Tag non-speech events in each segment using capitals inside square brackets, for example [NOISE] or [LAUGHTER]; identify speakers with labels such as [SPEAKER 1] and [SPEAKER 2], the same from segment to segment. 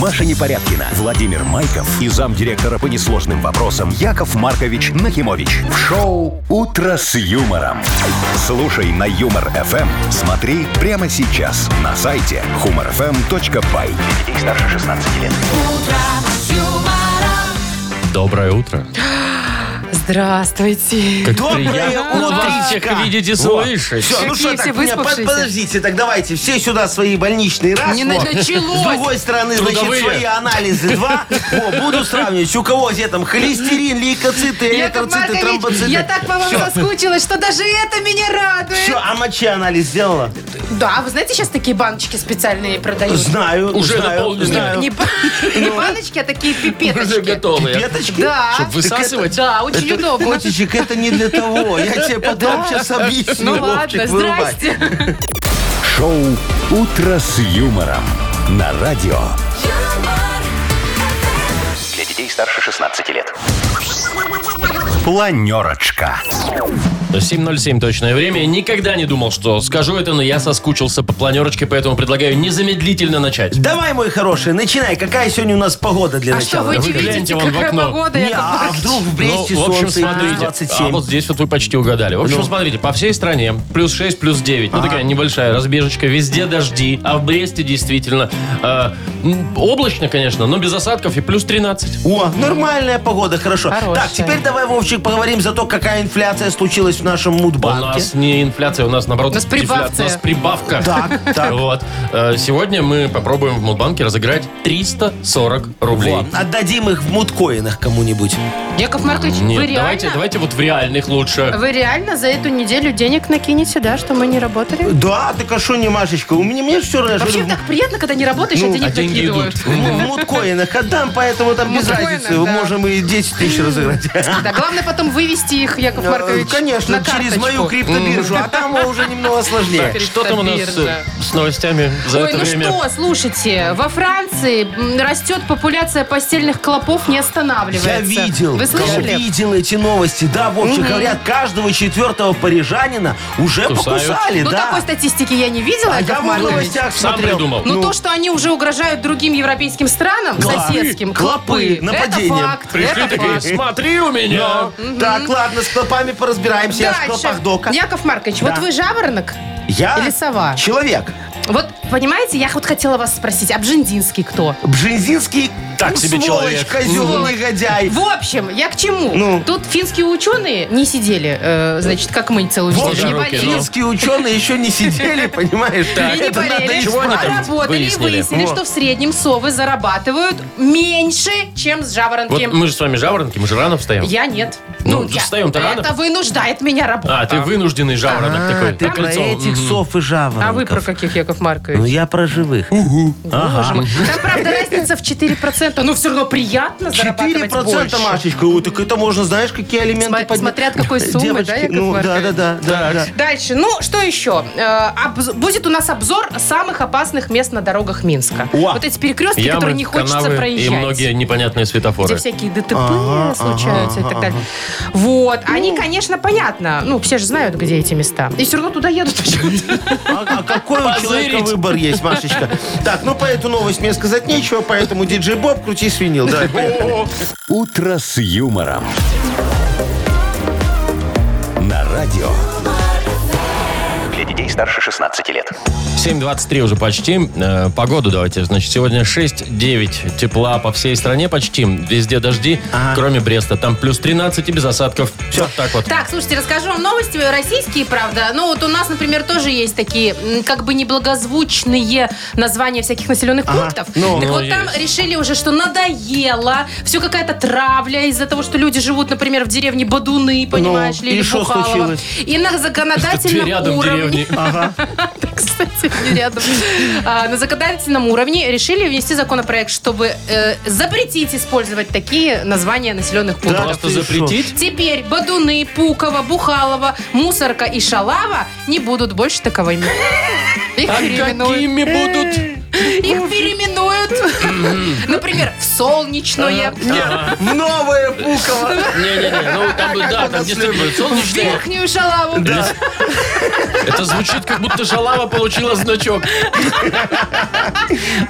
[SPEAKER 1] Маша Непорядкина, Владимир Майков и замдиректора по несложным вопросам Яков Маркович Нахимович. В шоу «Утро с юмором». Слушай на «Юмор-ФМ». Смотри прямо сейчас на сайте humorfm.by. Для детей старше 16 лет.
[SPEAKER 2] Доброе утро.
[SPEAKER 3] Здравствуйте.
[SPEAKER 2] Как
[SPEAKER 4] Доброе
[SPEAKER 2] приятно
[SPEAKER 4] утречко.
[SPEAKER 2] вас всех видеть и слышать.
[SPEAKER 4] Все, ну
[SPEAKER 3] Какие
[SPEAKER 4] что
[SPEAKER 3] все
[SPEAKER 4] так, меня, под-
[SPEAKER 3] выспавшиеся?
[SPEAKER 4] подождите, так давайте, все сюда свои больничные, раз.
[SPEAKER 3] Не
[SPEAKER 4] во.
[SPEAKER 3] началось.
[SPEAKER 4] С другой стороны,
[SPEAKER 2] Трудовые.
[SPEAKER 4] значит, свои анализы, два. Во, буду сравнивать, у кого где там холестерин, лейкоциты,
[SPEAKER 3] Яков
[SPEAKER 4] эритроциты,
[SPEAKER 3] Маркович,
[SPEAKER 4] тромбоциты.
[SPEAKER 3] я так по вам соскучилась, что даже это меня радует.
[SPEAKER 4] Все, а мочи анализ сделала?
[SPEAKER 3] Да, вы знаете, сейчас такие баночки специальные продают.
[SPEAKER 4] Знаю,
[SPEAKER 2] Уже
[SPEAKER 4] знаю,
[SPEAKER 2] наполненные.
[SPEAKER 4] знаю.
[SPEAKER 3] Не, ба- не баночки, а такие
[SPEAKER 2] Уже
[SPEAKER 3] пипеточки.
[SPEAKER 2] готовые.
[SPEAKER 4] Пипеточки?
[SPEAKER 3] Да.
[SPEAKER 2] Чтоб высасывать?
[SPEAKER 3] Да, очень
[SPEAKER 4] Это-
[SPEAKER 3] удобно. очень-
[SPEAKER 4] Наточек, это не для того. Я тебе потом сейчас объясню.
[SPEAKER 3] Ну ладно,
[SPEAKER 4] Вовчик, вырубай.
[SPEAKER 3] здрасте. А
[SPEAKER 1] Шоу «Утро с юмором» на радио.
[SPEAKER 5] Для детей старше 16 лет.
[SPEAKER 1] Планерочка.
[SPEAKER 2] 7.07 точное время. Никогда не думал, что скажу это, но я соскучился по планерочке, поэтому предлагаю незамедлительно начать.
[SPEAKER 4] Давай, мой хороший, начинай. Какая сегодня у нас погода для
[SPEAKER 3] А что,
[SPEAKER 4] начала?
[SPEAKER 3] вы
[SPEAKER 2] Вы
[SPEAKER 3] не
[SPEAKER 2] гляньте
[SPEAKER 3] видите,
[SPEAKER 2] вон в
[SPEAKER 3] какая
[SPEAKER 2] окно.
[SPEAKER 3] погода,
[SPEAKER 4] Не,
[SPEAKER 3] Яков
[SPEAKER 4] а
[SPEAKER 3] Маркович?
[SPEAKER 4] вдруг в Бресте
[SPEAKER 2] Ну, в общем,
[SPEAKER 4] солнце и плюс
[SPEAKER 2] смотрите.
[SPEAKER 4] 27.
[SPEAKER 2] А вот здесь вот вы почти угадали. В общем, смотрите, по всей стране плюс 6, плюс 9. Ну, такая небольшая разбежечка. Везде дожди, а в Бресте действительно э, м, облачно, конечно, но без осадков и плюс 13.
[SPEAKER 4] О, нормальная погода, хорошо.
[SPEAKER 3] Хорошая.
[SPEAKER 4] Так, теперь давай, Вовчик, поговорим за то, какая инфляция случилась в нашем
[SPEAKER 2] У
[SPEAKER 4] мудбанке.
[SPEAKER 2] нас не инфляция, у нас, наоборот,
[SPEAKER 3] У нас
[SPEAKER 2] дефля-
[SPEAKER 3] прибавция.
[SPEAKER 2] У нас прибавка.
[SPEAKER 4] Так, так.
[SPEAKER 2] Вот. Э, Сегодня мы попробуем в Мудбанке разыграть 340 рублей.
[SPEAKER 4] Во, Отдадим их в мудкоинах кому-нибудь.
[SPEAKER 3] Яков Маркович,
[SPEAKER 2] Нет,
[SPEAKER 3] вы
[SPEAKER 2] давайте,
[SPEAKER 3] реально...
[SPEAKER 2] давайте вот в реальных лучше.
[SPEAKER 3] Вы реально за эту неделю денег накинете, да, что мы не работали?
[SPEAKER 4] Да, так а что не, Машечка? У меня, мне все равно.
[SPEAKER 3] Вообще
[SPEAKER 4] в-
[SPEAKER 3] так приятно, когда не работаешь, а
[SPEAKER 4] Ну,
[SPEAKER 3] денег
[SPEAKER 2] а деньги
[SPEAKER 3] накидывают.
[SPEAKER 2] идут.
[SPEAKER 4] в мудкоинах отдам, поэтому там без
[SPEAKER 3] Мудкоинах,
[SPEAKER 4] разницы. Мы
[SPEAKER 3] да.
[SPEAKER 4] можем и 10 тысяч разыграть.
[SPEAKER 3] Да, главное потом вывести их, Яков Маркович,
[SPEAKER 4] Э, Конечно,
[SPEAKER 3] на
[SPEAKER 4] через
[SPEAKER 3] карточку.
[SPEAKER 4] мою криптобиржу, а там уже немного сложнее.
[SPEAKER 2] Что там у нас э,
[SPEAKER 3] Криптобиржа.
[SPEAKER 2] с новостями за
[SPEAKER 3] Ой,
[SPEAKER 2] это
[SPEAKER 3] ну
[SPEAKER 2] время?
[SPEAKER 3] что, слушайте, во Франции м, растет популяция постельных клопов, не останавливается.
[SPEAKER 4] Я видел,
[SPEAKER 3] Вы
[SPEAKER 4] я
[SPEAKER 3] слышали?
[SPEAKER 4] видел эти новости. Да, Вовчик, говорят, каждого четвертого парижанина уже
[SPEAKER 2] Кусают.
[SPEAKER 4] покусали,
[SPEAKER 3] Ну,
[SPEAKER 4] да.
[SPEAKER 3] такой статистики я не видела,
[SPEAKER 4] А я
[SPEAKER 3] Яков
[SPEAKER 4] в
[SPEAKER 3] Маркович.
[SPEAKER 4] новостях
[SPEAKER 2] Сам
[SPEAKER 4] смотрел.
[SPEAKER 2] придумал.
[SPEAKER 3] Но то, что они уже угрожают другим европейским странам,
[SPEAKER 4] Клопы,
[SPEAKER 3] соседским,
[SPEAKER 4] клопы,
[SPEAKER 3] клопы,
[SPEAKER 4] нападением.
[SPEAKER 3] это факт.
[SPEAKER 2] Пришли
[SPEAKER 3] это
[SPEAKER 2] такие,
[SPEAKER 3] факт.
[SPEAKER 2] смотри у меня.
[SPEAKER 4] Так, ладно, с клопами поразбираемся. Я ж в
[SPEAKER 3] Дальше.
[SPEAKER 4] клопах дока.
[SPEAKER 3] Яков Маркович, вот
[SPEAKER 4] Да.
[SPEAKER 3] вы жаворонок?
[SPEAKER 4] Я
[SPEAKER 3] Или сова?
[SPEAKER 4] человек.
[SPEAKER 3] Вот, понимаете, я вот хотела вас спросить, а Бжендинский кто?
[SPEAKER 4] Бжензинский
[SPEAKER 2] Так
[SPEAKER 4] ну,
[SPEAKER 2] себе
[SPEAKER 4] сволочь,
[SPEAKER 2] человек.
[SPEAKER 4] козел,
[SPEAKER 3] Сволочь.
[SPEAKER 4] негодяй.
[SPEAKER 3] В общем, я к чему?
[SPEAKER 4] Ну.
[SPEAKER 3] Тут финские ученые не сидели, э, значит, как мы целую
[SPEAKER 4] Вот
[SPEAKER 3] неделю, не
[SPEAKER 2] руки,
[SPEAKER 3] болели.
[SPEAKER 2] ну.
[SPEAKER 4] Финские ученые еще
[SPEAKER 3] [LAUGHS]
[SPEAKER 4] не сидели, понимаешь?
[SPEAKER 3] И не
[SPEAKER 4] Это надо
[SPEAKER 3] болели,
[SPEAKER 2] Чего они там
[SPEAKER 3] работали и
[SPEAKER 2] выяснили?
[SPEAKER 3] выяснили,
[SPEAKER 4] Вот.
[SPEAKER 3] что в среднем совы зарабатывают меньше, чем с
[SPEAKER 2] Вот
[SPEAKER 3] жаворонким.
[SPEAKER 2] мы же с вами жаворонки, мы же рано встаем.
[SPEAKER 3] Я нет.
[SPEAKER 2] Ну,
[SPEAKER 3] я-
[SPEAKER 2] встаем-то рано.
[SPEAKER 3] Это вынуждает меня работать.
[SPEAKER 2] А, ты вынужденный жаворонок такой.
[SPEAKER 4] Ты
[SPEAKER 2] как
[SPEAKER 4] про
[SPEAKER 2] лицо.
[SPEAKER 4] этих сов и жаворонков.
[SPEAKER 3] А вы про каких, Яков
[SPEAKER 4] Ну,
[SPEAKER 3] Маркович?
[SPEAKER 4] я про живых.
[SPEAKER 3] Боже
[SPEAKER 2] Ну,
[SPEAKER 3] мой. Там, правда, разница в 4%. Ну, все равно приятно зарабатывать больше.
[SPEAKER 4] 4%, Машечка. Ой, так это можно, знаешь, какие алименты
[SPEAKER 3] Сма- смотря от какой суммы,
[SPEAKER 4] Девочки,
[SPEAKER 3] да, Яков
[SPEAKER 4] ну, да,
[SPEAKER 3] Маркович?
[SPEAKER 4] да, да, да, да.
[SPEAKER 3] Дальше. Ну, что еще? Э, обз- Будет у нас обзор самых опасных мест на дорогах Минска.
[SPEAKER 4] О!
[SPEAKER 3] Вот эти перекрестки,
[SPEAKER 2] Ямы,
[SPEAKER 3] которые не хочется
[SPEAKER 2] канавы
[SPEAKER 3] проезжать.
[SPEAKER 2] и многие непонятные
[SPEAKER 3] где
[SPEAKER 2] светофоры.
[SPEAKER 3] всякие ДТП
[SPEAKER 4] Ага,
[SPEAKER 3] случаются
[SPEAKER 4] ага,
[SPEAKER 3] и так далее. Вот. Они, конечно, понятно. Ну, все же знают, где эти места. И все равно туда едут почему-то.
[SPEAKER 4] А, а какой у человека
[SPEAKER 2] Позырить.
[SPEAKER 4] выбор есть, Машечка? Так, ну по эту новость мне сказать нечего, поэтому диджей Боб, крути свинил. Давай, поехали.
[SPEAKER 1] «Утро с юмором». На радио.
[SPEAKER 5] Для детей старше 16 лет.
[SPEAKER 2] 7.23 уже почти. Э, Погоду давайте. Значит, сегодня 6-9 тепла по всей стране почти. Везде дожди, кроме Бреста. Там плюс 13 и без осадков. Все так вот.
[SPEAKER 3] Так, слушайте, расскажу вам новости российские, правда. Ну, вот у нас, например, тоже есть такие м, как бы неблагозвучные названия всяких населенных пунктов.
[SPEAKER 4] Ну,
[SPEAKER 3] так
[SPEAKER 2] ну,
[SPEAKER 3] вот, там
[SPEAKER 2] есть.
[SPEAKER 3] решили уже, что надоело. Все какая-то травля из-за того, что люди живут, например, в деревне Бадуны, понимаешь ли,
[SPEAKER 4] Ну, и
[SPEAKER 3] или
[SPEAKER 4] что
[SPEAKER 3] Бухалово.
[SPEAKER 4] случилось?
[SPEAKER 3] И
[SPEAKER 4] [LAUGHS]
[SPEAKER 3] на законодательном
[SPEAKER 2] Теперь рядом
[SPEAKER 3] уровне...
[SPEAKER 2] деревни.
[SPEAKER 3] Кстати, не рядом. А, На законодательном уровне решили внести законопроект, чтобы э, запретить использовать такие названия населенных пунктов.
[SPEAKER 2] Просто
[SPEAKER 4] ты шо?
[SPEAKER 2] запретить?
[SPEAKER 3] Теперь Бадуны, Пукова, Бухалова, Мусорка и Шалава не будут больше таковыми. Их
[SPEAKER 2] А
[SPEAKER 3] переименуют.
[SPEAKER 2] какими будут?
[SPEAKER 3] Их переименуют. Например, в солнечное.
[SPEAKER 4] В новое Пуково.
[SPEAKER 2] Не-не-не, ну там, да, там действительно
[SPEAKER 3] В
[SPEAKER 2] солнечное.
[SPEAKER 3] верхнюю шалаву.
[SPEAKER 2] Это звучит, как будто шалава получила значок.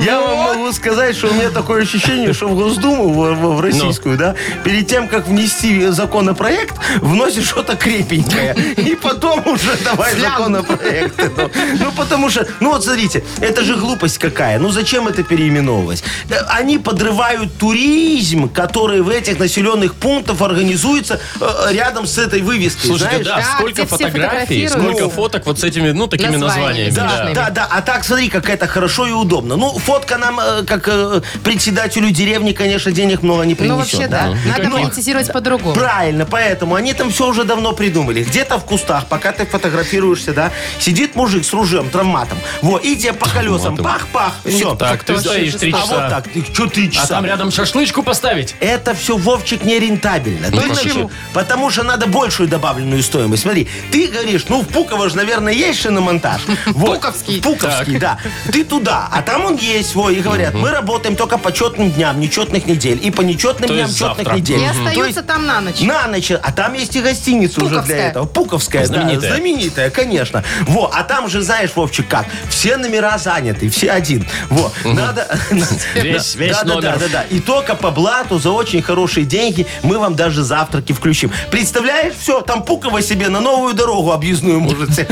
[SPEAKER 4] Я вам могу сказать, что у меня такое ощущение, что в Госдуму, в, в- в
[SPEAKER 2] Ну.
[SPEAKER 4] российскую, да, перед тем, как внести законопроект, вносишь
[SPEAKER 2] [LAUGHS]
[SPEAKER 4] что-то крепенькое. И потом уже давай законопроект. Ну, Ну, потому что, ну вот смотрите, это же глупость какая. Ну, зачем это переименовывалось? Да, Они подрывают туризм, который в этих населенных пунктах организуется э, рядом с этой вывеской.
[SPEAKER 2] Слушайте,
[SPEAKER 4] знаешь?
[SPEAKER 2] да,
[SPEAKER 3] Да,
[SPEAKER 2] сколько
[SPEAKER 3] те все
[SPEAKER 2] фотографий,
[SPEAKER 3] фотографируют.
[SPEAKER 2] сколько фоток вот с этими, ну, такими
[SPEAKER 3] Названиями
[SPEAKER 2] названиями. да.
[SPEAKER 3] смешными.
[SPEAKER 4] Да, да, а так смотри, как это хорошо и удобно. Ну, фотка нам, э, как э, председателю деревни, конечно, денег много не принесет.
[SPEAKER 3] Ну, вообще, да. Надо монетизировать по-другому.
[SPEAKER 4] Правильно, поэтому они там все уже давно придумали. Где-то в кустах, пока ты фотографируешься, да, сидит мужик с ружьем, травматом. Вот, и тебе по колесам, пах-пах, все.
[SPEAKER 2] Так, ты
[SPEAKER 3] вообще
[SPEAKER 2] стоишь три
[SPEAKER 4] А вот
[SPEAKER 2] часа.
[SPEAKER 4] так, ты, что три часа?
[SPEAKER 2] А там рядом шашлычку поставить?
[SPEAKER 4] Это все, Вовчик, нерентабельно.
[SPEAKER 2] Ну,
[SPEAKER 4] Ты
[SPEAKER 2] почему?
[SPEAKER 4] знаешь, Потому что надо большую добавленную стоимость. Смотри, ты говоришь, ну, в Пуково же, наверное, есть шиномонтаж.
[SPEAKER 2] [LAUGHS]
[SPEAKER 4] Вот.
[SPEAKER 3] Пуковский.
[SPEAKER 4] Пуковский, да. Ты туда, а там он есть, во, и говорят, мы работаем только по четным дням, нечетных недель. И по нечетным
[SPEAKER 2] То
[SPEAKER 4] дням,
[SPEAKER 2] есть завтра.
[SPEAKER 4] четных недель.
[SPEAKER 3] И
[SPEAKER 4] То есть
[SPEAKER 3] остаются там на ночь.
[SPEAKER 4] на ночь. А там есть и гостиница уже
[SPEAKER 3] Пуковская.
[SPEAKER 4] для этого. Пуковская,
[SPEAKER 2] Знаменитая.
[SPEAKER 4] да. Знаменитая, конечно. Во, а там же, знаешь, Вовчик, как? Все номера заняты, все один. Во, надо... [LAUGHS]
[SPEAKER 2] Весь- весь
[SPEAKER 4] Да, да,
[SPEAKER 2] номер.
[SPEAKER 4] Да, да, да. И только по блату за очень хорошие деньги мы вам даже завтраки включим. Представляешь, все, там Пукова себе на новую дорогу
[SPEAKER 2] [LAUGHS]
[SPEAKER 4] объездную можете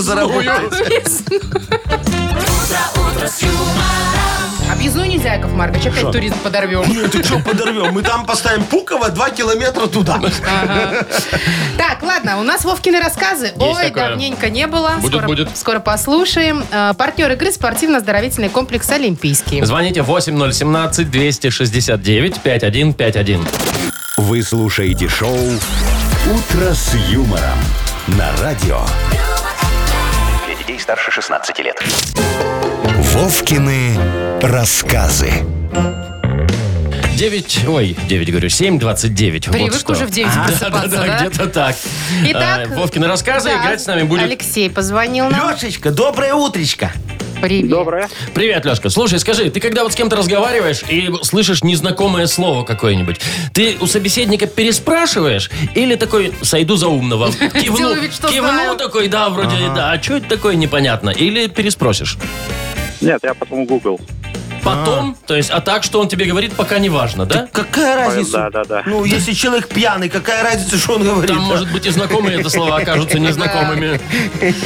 [SPEAKER 4] заработать.
[SPEAKER 3] Объездную нельзя, Яков Маркович. Опять туризм подорвем.
[SPEAKER 4] Ты что, подорвем? Мы там поставим Пукова 2 километра туда.
[SPEAKER 3] Так, ладно, у нас Вовкины рассказы. Ой,
[SPEAKER 2] такое.
[SPEAKER 3] давненько не было.
[SPEAKER 2] Будет,
[SPEAKER 3] скоро,
[SPEAKER 2] будет.
[SPEAKER 3] скоро послушаем. Э, Партнер игры спортивно-оздоровительный комплекс «Олимпийский».
[SPEAKER 2] Звоните 8017-269-5151.
[SPEAKER 1] Вы слушаете шоу «Утро с юмором» на радио.
[SPEAKER 5] Для детей старше 16 лет.
[SPEAKER 1] Вовкины рассказы.
[SPEAKER 2] 9, ой, 9 говорю, 729.
[SPEAKER 3] Привык
[SPEAKER 2] вот что.
[SPEAKER 3] уже в 9
[SPEAKER 2] да,
[SPEAKER 3] просыпаться, да?
[SPEAKER 2] где-то так.
[SPEAKER 3] Итак,
[SPEAKER 2] Э, Вовкины рассказы,
[SPEAKER 3] да,
[SPEAKER 2] играть с нами будет...
[SPEAKER 3] Алексей позвонил нам.
[SPEAKER 4] Лешечка, доброе утречко.
[SPEAKER 3] Привет.
[SPEAKER 6] Доброе.
[SPEAKER 2] Привет, Лешка. Слушай, скажи, ты когда вот с кем-то разговариваешь и слышишь незнакомое слово какое-нибудь, ты у собеседника переспрашиваешь или такой «сойду за умного»? Кивну,
[SPEAKER 3] [LAUGHS] Делаю вид, что
[SPEAKER 2] кивну
[SPEAKER 3] знаю.
[SPEAKER 2] такой, да, вроде, да, а что это такое, непонятно. Или переспросишь.
[SPEAKER 6] Нет, я потом гугл.
[SPEAKER 2] Потом, то есть, а так, что он тебе говорит, пока не важно, да?
[SPEAKER 4] Какая разница?
[SPEAKER 6] Да, да, да.
[SPEAKER 4] Ну, если человек пьяный, какая разница, что он говорит? а?
[SPEAKER 2] Там, может быть, и знакомые это слова окажутся незнакомыми.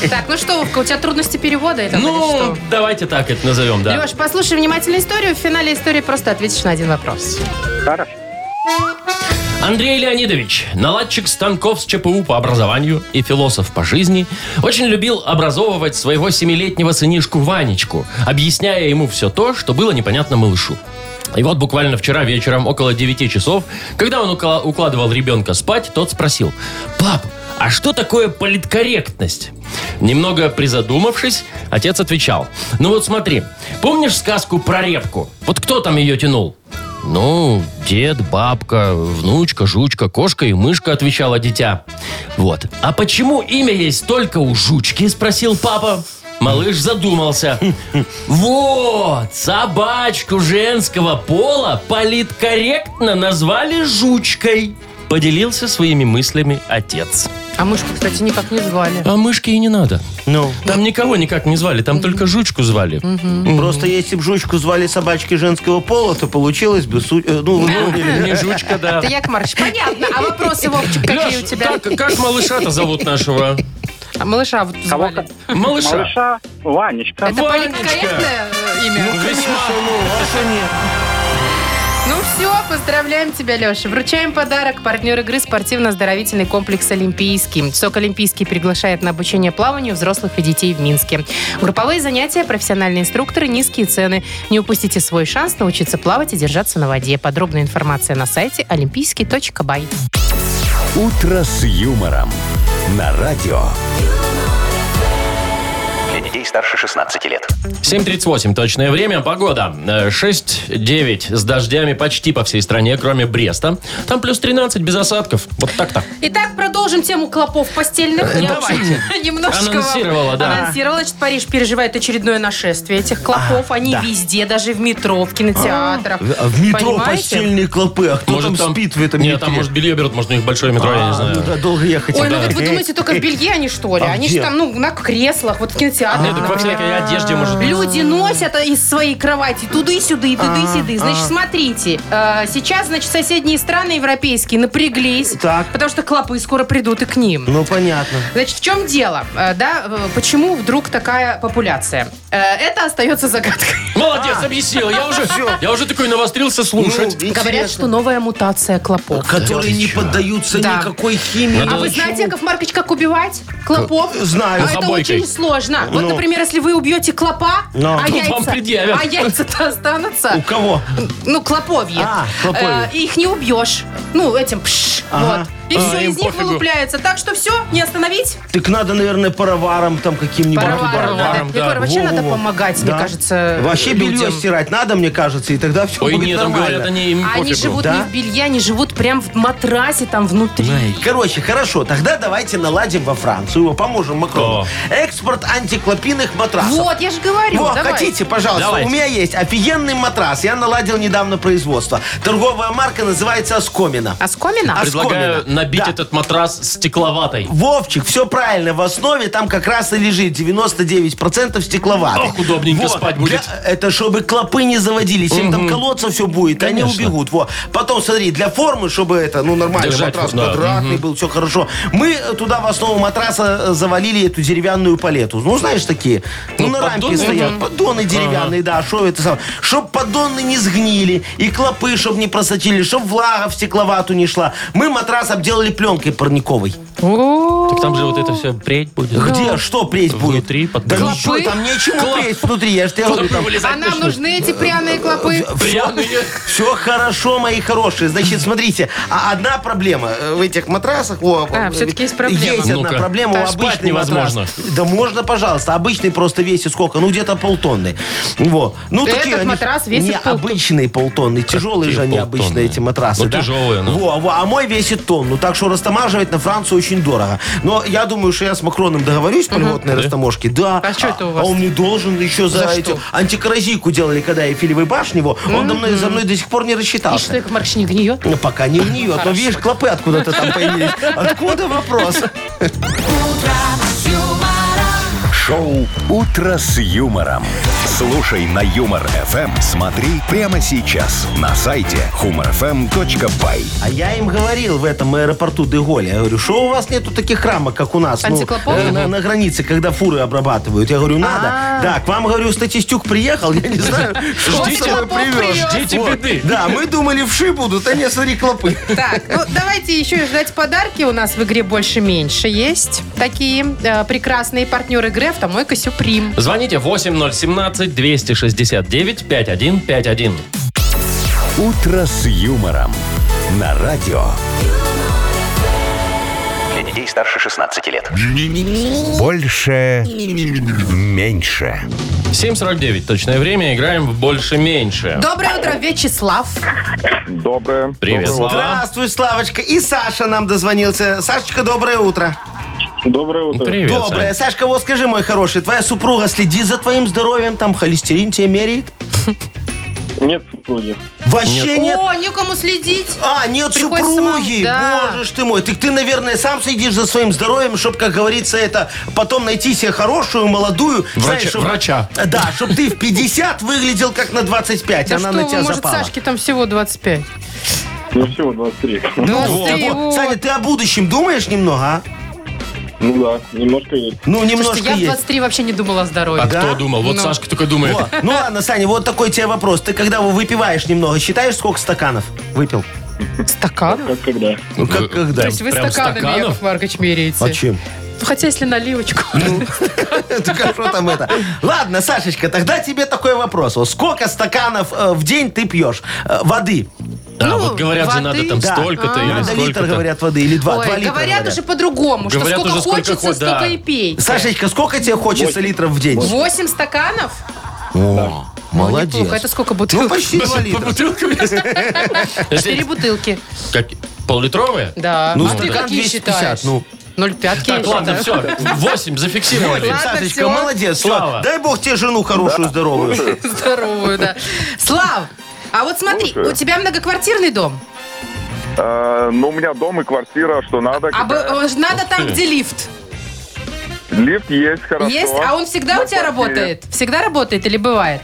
[SPEAKER 3] Так, ну что, Вовка, у тебя трудности перевода? Это
[SPEAKER 2] Ну, давайте так это назовем, да.
[SPEAKER 3] Леш, послушай внимательно историю. В финале истории просто ответишь на один вопрос.
[SPEAKER 6] Хорошо.
[SPEAKER 2] Андрей Леонидович, наладчик станков с ЧПУ по образованию и философ по жизни, очень любил образовывать своего семилетнего сынишку Ванечку, объясняя ему все то, что было непонятно малышу. И вот буквально вчера вечером, около 9 часов, когда он укла- укладывал ребенка спать, тот спросил, «Пап, а что такое политкорректность?» Немного призадумавшись, отец отвечал, «Ну вот смотри, помнишь сказку про репку? Вот кто там ее тянул?» Ну, дед, бабка, внучка, жучка, кошка и мышка, отвечала дитя. Вот. А почему имя есть только у жучки? Спросил папа. Малыш задумался. Вот, собачку женского пола политкорректно назвали жучкой. Поделился своими мыслями отец.
[SPEAKER 3] А мышку, кстати, никак не звали.
[SPEAKER 2] А мышки и не надо.
[SPEAKER 4] Ну,
[SPEAKER 2] Там никого никак не звали, там только жучку звали.
[SPEAKER 4] просто если бы жучку звали собачки женского пола, то получилось бы... су- э, Ну, ну, или-
[SPEAKER 2] Не жучка, да.
[SPEAKER 3] Это Яков Маркович, понятно. А вопросы, Вовчик, А какие
[SPEAKER 2] Лёш,
[SPEAKER 3] у тебя?
[SPEAKER 2] как, как малыша-то зовут нашего?
[SPEAKER 3] А малыша вот
[SPEAKER 6] Кого?
[SPEAKER 3] звали.
[SPEAKER 2] Малыша.
[SPEAKER 6] Малыша Ванечка.
[SPEAKER 3] Это
[SPEAKER 2] Ванечка.
[SPEAKER 3] политкорректное э, имя?
[SPEAKER 2] Ну, весьма.
[SPEAKER 3] Ну все, поздравляем тебя, Леша. Вручаем подарок. Партнер игры спортивно-оздоровительный комплекс «Олимпийский». СОК «Олимпийский» приглашает на обучение плаванию взрослых и детей в Минске. Групповые занятия, профессиональные инструкторы, низкие цены. Не упустите свой шанс научиться плавать и держаться на воде. Подробная информация на сайте олимпийский.бай.
[SPEAKER 1] «Утро с юмором» на радио.
[SPEAKER 5] Для детей старше 16 лет.
[SPEAKER 2] 7.38 точное время. Погода э, 6-9 с дождями почти по всей стране, кроме Бреста. Там плюс 13 без осадков. Вот так-то.
[SPEAKER 3] Итак, продолжим тему клопов
[SPEAKER 4] Э,
[SPEAKER 3] постельных. Я
[SPEAKER 2] давайте.
[SPEAKER 3] вообще [LAUGHS] Немножечко вам
[SPEAKER 2] Анонсировала, да.
[SPEAKER 3] анонсировала. Значит, Париж переживает очередное нашествие этих клопов. Они везде, даже в метро, в кинотеатрах.
[SPEAKER 4] А В метро
[SPEAKER 3] Понимаете?
[SPEAKER 4] постельные клопы, а кто там спит в этом
[SPEAKER 2] Нет,
[SPEAKER 4] метре?
[SPEAKER 2] там может белье берут, может у них большое метро, я не
[SPEAKER 4] А,
[SPEAKER 2] знаю.
[SPEAKER 4] ну да, долго ехать.
[SPEAKER 3] Ой, ну
[SPEAKER 4] Да.
[SPEAKER 3] вот вы думаете, только в белье они, что ли?
[SPEAKER 4] А
[SPEAKER 3] Они же
[SPEAKER 4] где? А, ну,
[SPEAKER 3] там, ну, на креслах, вот в кинотеатрах.
[SPEAKER 2] Нет, так во
[SPEAKER 3] например.
[SPEAKER 2] всякой одежде может быть.
[SPEAKER 3] Люди носят из своей кровати туда-сюда
[SPEAKER 4] А,
[SPEAKER 3] и туда-сюда. Значит, смотрите, э, сейчас, значит, соседние страны европейские напряглись,
[SPEAKER 4] Так.
[SPEAKER 3] потому что клопы скоро придут и к ним.
[SPEAKER 4] Ну, понятно.
[SPEAKER 3] Значит, в чем дело? Э, Да, э, почему вдруг такая популяция? Э, Это остается загадкой.
[SPEAKER 2] Молодец, объяснил. Я уже, я уже такой навострился слушать.
[SPEAKER 4] Ну,
[SPEAKER 3] Говорят,
[SPEAKER 4] интересно.
[SPEAKER 3] что новая мутация клопов.
[SPEAKER 4] Которые не поддаются
[SPEAKER 3] Да.
[SPEAKER 4] никакой химии. Ну,
[SPEAKER 3] А вы знаете, Яков Маркович, как убивать клопов?
[SPEAKER 4] Э, Знаю.
[SPEAKER 3] А это
[SPEAKER 2] Мухобойкой.
[SPEAKER 3] очень сложно. Вот,
[SPEAKER 4] Ну.
[SPEAKER 3] например, если вы убьете клопа,
[SPEAKER 4] Ну.
[SPEAKER 3] а
[SPEAKER 2] Тут
[SPEAKER 3] яйца,
[SPEAKER 2] вам предъявят.
[SPEAKER 3] а яйца-то останутся.
[SPEAKER 4] У кого?
[SPEAKER 3] Ну, клоповье.
[SPEAKER 4] А, клоповье.
[SPEAKER 3] и их не убьешь. Ну, этим пш,
[SPEAKER 4] Ага. А,
[SPEAKER 3] вот. И все,
[SPEAKER 2] им
[SPEAKER 3] из них
[SPEAKER 2] пофигу.
[SPEAKER 3] вылупляется. Так что все, не остановить.
[SPEAKER 4] Так надо, наверное, пароваром там каким-нибудь. Типа,
[SPEAKER 3] Пароваром надо.
[SPEAKER 2] барабаром, да.
[SPEAKER 3] Егор, вообще
[SPEAKER 4] Во-во-во.
[SPEAKER 3] надо помогать,
[SPEAKER 4] Да.
[SPEAKER 3] мне кажется,
[SPEAKER 4] Вообще белье
[SPEAKER 3] людям.
[SPEAKER 4] стирать надо, мне кажется, и тогда все
[SPEAKER 2] Ой,
[SPEAKER 4] будет
[SPEAKER 2] нет, там
[SPEAKER 4] нормально.
[SPEAKER 2] говорят, они им
[SPEAKER 3] А Они
[SPEAKER 2] пофигу.
[SPEAKER 3] живут
[SPEAKER 4] Да?
[SPEAKER 3] не в белье, они живут прям в матрасе там внутри.
[SPEAKER 4] Короче, хорошо, тогда давайте наладим во Францию, поможем Макрону. Экспорт антиклопиных матрасов.
[SPEAKER 3] Вот, я же говорю,
[SPEAKER 4] а Во,
[SPEAKER 3] давай.
[SPEAKER 4] хотите, пожалуйста,
[SPEAKER 2] Давайте.
[SPEAKER 4] у меня есть офигенный матрас. Я наладил недавно производство. Торговая марка называется Оскомина.
[SPEAKER 3] Оскомина?
[SPEAKER 4] А с-
[SPEAKER 2] Предлагаю
[SPEAKER 4] скомина.
[SPEAKER 2] набить
[SPEAKER 4] Да.
[SPEAKER 2] этот матрас стекловатой.
[SPEAKER 4] Вовчик, все правильно. В основе там как раз и лежит 99% стекловатых.
[SPEAKER 2] Ох, удобненько спать будет.
[SPEAKER 4] для- это чтобы клопы не заводились. Им там колодца все будет, они
[SPEAKER 2] Конечно.
[SPEAKER 4] убегут. Во. Потом, смотри, для формы, чтобы это, ну, нормальный
[SPEAKER 2] Держать,
[SPEAKER 4] матрас
[SPEAKER 2] да,
[SPEAKER 4] квадратный был, все хорошо. Мы э, туда в основу матраса э, завалили эту деревянную палету. Ну, знаешь, такие? Ну,
[SPEAKER 2] Ну,
[SPEAKER 4] на рамке
[SPEAKER 2] поддоны,
[SPEAKER 4] стоят.
[SPEAKER 2] да.
[SPEAKER 4] Поддоны деревянные, да. Шо это самое? Чтоб поддоны не сгнили, и клопы, чтоб не просочили, чтоб влага в стекловату не шла. Мы матрас обделали пленкой парниковой.
[SPEAKER 2] Так там же вот это все преть будет.
[SPEAKER 3] Ну.
[SPEAKER 4] Где? Что пресс будет?
[SPEAKER 2] Внутри, под
[SPEAKER 4] Да
[SPEAKER 2] клопы?
[SPEAKER 4] ничего, там нечего пресс внутри. Я ж тебе говорю,
[SPEAKER 2] Клопы
[SPEAKER 4] там
[SPEAKER 2] вылезать
[SPEAKER 3] А нам
[SPEAKER 2] начнут.
[SPEAKER 3] нужны эти пряные клопы.
[SPEAKER 2] Пряные.
[SPEAKER 4] все хорошо, мои хорошие. Значит, смотрите, а одна проблема э, в этих матрасах. Во,
[SPEAKER 3] А,
[SPEAKER 4] э,
[SPEAKER 3] все-таки есть проблема.
[SPEAKER 4] Есть одна
[SPEAKER 2] Ну-ка.
[SPEAKER 4] проблема
[SPEAKER 2] Так,
[SPEAKER 4] у
[SPEAKER 2] спать
[SPEAKER 4] обычный
[SPEAKER 2] невозможно.
[SPEAKER 4] матрас. Да можно, пожалуйста. Обычный просто весит сколько? Ну, где-то полтонны. Во. Ну,
[SPEAKER 3] Да этот
[SPEAKER 4] они ж
[SPEAKER 3] матрас весит
[SPEAKER 4] не
[SPEAKER 3] полтонны.
[SPEAKER 4] обычные полтонны. Тяжелые же они
[SPEAKER 2] полтонны?
[SPEAKER 4] обычные, эти матрасы.
[SPEAKER 2] Ну,
[SPEAKER 4] да?
[SPEAKER 2] тяжелые, ну.
[SPEAKER 4] Во, во, а мой весит тонну. Так что растамаживать на Францию очень дорого. Но я думаю, что я с Макроном договорюсь по льготной растаможке. Да.
[SPEAKER 3] А что это у вас?
[SPEAKER 4] он мне должен еще за,
[SPEAKER 3] За что?
[SPEAKER 4] эти антикоррозийку делали, когда Эйфелевой башни его. Он до мной, за мной до сих пор не
[SPEAKER 3] И
[SPEAKER 4] рассчитался.
[SPEAKER 3] что, Яков Маркович не гниет?
[SPEAKER 4] Ну, пока не гниет. Но видишь, клопы откуда-то там появились.
[SPEAKER 3] [LAUGHS]
[SPEAKER 4] Откуда вопрос?
[SPEAKER 1] Шоу «Утро с юмором». Слушай на Юмор ФМ. Смотри прямо сейчас на сайте humorfm.by.
[SPEAKER 4] А я им говорил в этом аэропорту Деголя. Я говорю, что у вас нету таких рамок, как у нас? ну,
[SPEAKER 3] Антиклопов?
[SPEAKER 4] э, на, на границе, когда фуры обрабатывают. Я говорю, надо. Да, к вам, говорю, статистюк приехал. Я не знаю, что с
[SPEAKER 3] Ждите.
[SPEAKER 4] собой
[SPEAKER 3] Клопов
[SPEAKER 4] привез.
[SPEAKER 3] привез.
[SPEAKER 2] Ждите
[SPEAKER 4] Вот.
[SPEAKER 2] беды.
[SPEAKER 4] Да, мы думали, вши будут, а не, смотри, клопы.
[SPEAKER 3] Так, ну давайте еще и ждать подарки. У нас в игре больше-меньше есть. Такие э, прекрасные партнеры игры «Автомойка Сюприм».
[SPEAKER 2] Звоните 8017-269-5151.
[SPEAKER 1] «Утро с юмором» на радио.
[SPEAKER 5] Для детей старше 16 лет.
[SPEAKER 1] Больше. Меньше.
[SPEAKER 2] 7.49 точное время. Играем в больше-меньше.
[SPEAKER 3] Доброе утро, Вячеслав.
[SPEAKER 6] Доброе.
[SPEAKER 2] Привет, Слава.
[SPEAKER 4] Здравствуй, Славочка. И Саша нам дозвонился. Сашечка, доброе утро.
[SPEAKER 6] Доброе утро.
[SPEAKER 2] Привет,
[SPEAKER 4] Доброе.
[SPEAKER 2] Сань.
[SPEAKER 4] Сашка, вот скажи, мой хороший, твоя супруга следит за твоим здоровьем, там холестерин тебе меряет?
[SPEAKER 6] Нет супруги.
[SPEAKER 4] Вообще нет.
[SPEAKER 3] О, некому следить.
[SPEAKER 4] А, нет
[SPEAKER 3] Приходится
[SPEAKER 4] супруги!
[SPEAKER 3] самому, да.
[SPEAKER 4] Боже ж ты мой! Так ты, наверное, сам следишь за своим здоровьем, чтобы, как говорится, это потом найти себе хорошую, молодую...
[SPEAKER 2] Врача-
[SPEAKER 4] чтоб-
[SPEAKER 2] врача.
[SPEAKER 4] Да, чтобы ты в 50 выглядел как на 25,
[SPEAKER 3] Да
[SPEAKER 4] она
[SPEAKER 3] что
[SPEAKER 4] на
[SPEAKER 3] вы,
[SPEAKER 4] тебя
[SPEAKER 3] может,
[SPEAKER 4] запала.
[SPEAKER 3] Сашке там всего 25.
[SPEAKER 6] Ну всего 23.
[SPEAKER 4] Вот,
[SPEAKER 3] Двадцать три,
[SPEAKER 4] вот.
[SPEAKER 3] вот.
[SPEAKER 4] Саня, ты о будущем думаешь немного, а?
[SPEAKER 6] [LAUGHS] Ну да, немножко есть.
[SPEAKER 4] Ну, немножко
[SPEAKER 3] Слушайте, я в
[SPEAKER 4] есть.
[SPEAKER 3] 23 вообще не думала о здоровье.
[SPEAKER 2] А
[SPEAKER 4] Да?
[SPEAKER 2] кто думал? Вот
[SPEAKER 3] Ну.
[SPEAKER 2] Сашка только думает.
[SPEAKER 4] Во. Ну ладно, Саня, вот такой тебе вопрос. Ты когда выпиваешь немного, считаешь, сколько стаканов выпил?
[SPEAKER 3] Стакан?
[SPEAKER 6] Как когда?
[SPEAKER 4] Ну,
[SPEAKER 2] Э,
[SPEAKER 4] как когда? А
[SPEAKER 3] То есть вы
[SPEAKER 2] Прям
[SPEAKER 3] стаканами,
[SPEAKER 2] стаканов?
[SPEAKER 3] Яков Маркович, меряете?
[SPEAKER 4] Зачем?
[SPEAKER 3] Ну, Хотя если наливочку.
[SPEAKER 4] [LAUGHS] Так а что там это? Ладно, Сашечка, тогда тебе такой вопрос. Вот Сколько стаканов э, в день ты пьешь э, воды?
[SPEAKER 2] А,
[SPEAKER 3] Ну,
[SPEAKER 2] вот говорят же, надо
[SPEAKER 3] воды.
[SPEAKER 2] там
[SPEAKER 4] Да.
[SPEAKER 2] столько-то или
[SPEAKER 4] Надо литр,
[SPEAKER 2] сколько-то.
[SPEAKER 4] говорят, воды или два.
[SPEAKER 3] Ой,
[SPEAKER 4] два литра,
[SPEAKER 3] говорят уже по-другому, что
[SPEAKER 2] Говорят
[SPEAKER 3] сколько
[SPEAKER 2] уже сколько
[SPEAKER 3] хочется,
[SPEAKER 2] хо- да.
[SPEAKER 3] столько и пей.
[SPEAKER 4] Сашечка, сколько тебе хочется литров в день?
[SPEAKER 3] Восемь стаканов?
[SPEAKER 4] О, молодец.
[SPEAKER 3] Неплохо. Это сколько
[SPEAKER 4] Ну,
[SPEAKER 3] [LAUGHS] бутылок?
[SPEAKER 4] почти два
[SPEAKER 2] По
[SPEAKER 4] литра.
[SPEAKER 2] бутылкам есть?
[SPEAKER 4] [LAUGHS]
[SPEAKER 3] Четыре бутылки.
[SPEAKER 2] Как, Поллитровые?
[SPEAKER 3] Да.
[SPEAKER 4] Ну,
[SPEAKER 3] а ты
[SPEAKER 4] стакан
[SPEAKER 3] какие
[SPEAKER 4] 250,
[SPEAKER 3] считаешь?
[SPEAKER 4] ну.
[SPEAKER 3] Ноль пятки.
[SPEAKER 2] Так, ладно, все, 8 зафиксировали.
[SPEAKER 3] Ладно,
[SPEAKER 4] Сашечка,
[SPEAKER 3] всё.
[SPEAKER 4] молодец. всё.
[SPEAKER 2] Слава.
[SPEAKER 4] Дай бог тебе жену хорошую, здоровую.
[SPEAKER 3] Здоровую, да. Слав, а вот смотри,
[SPEAKER 6] Слушаю.
[SPEAKER 3] у тебя многоквартирный дом,
[SPEAKER 6] Э, ну, у меня дом и квартира, что надо.
[SPEAKER 3] а б-
[SPEAKER 6] какая.
[SPEAKER 3] э, надо там, где лифт.
[SPEAKER 6] Лифт есть, хорошо. Ну,
[SPEAKER 3] Есть? А он всегда
[SPEAKER 6] На
[SPEAKER 3] у тебя
[SPEAKER 6] квартире.
[SPEAKER 3] работает? Всегда работает или бывает?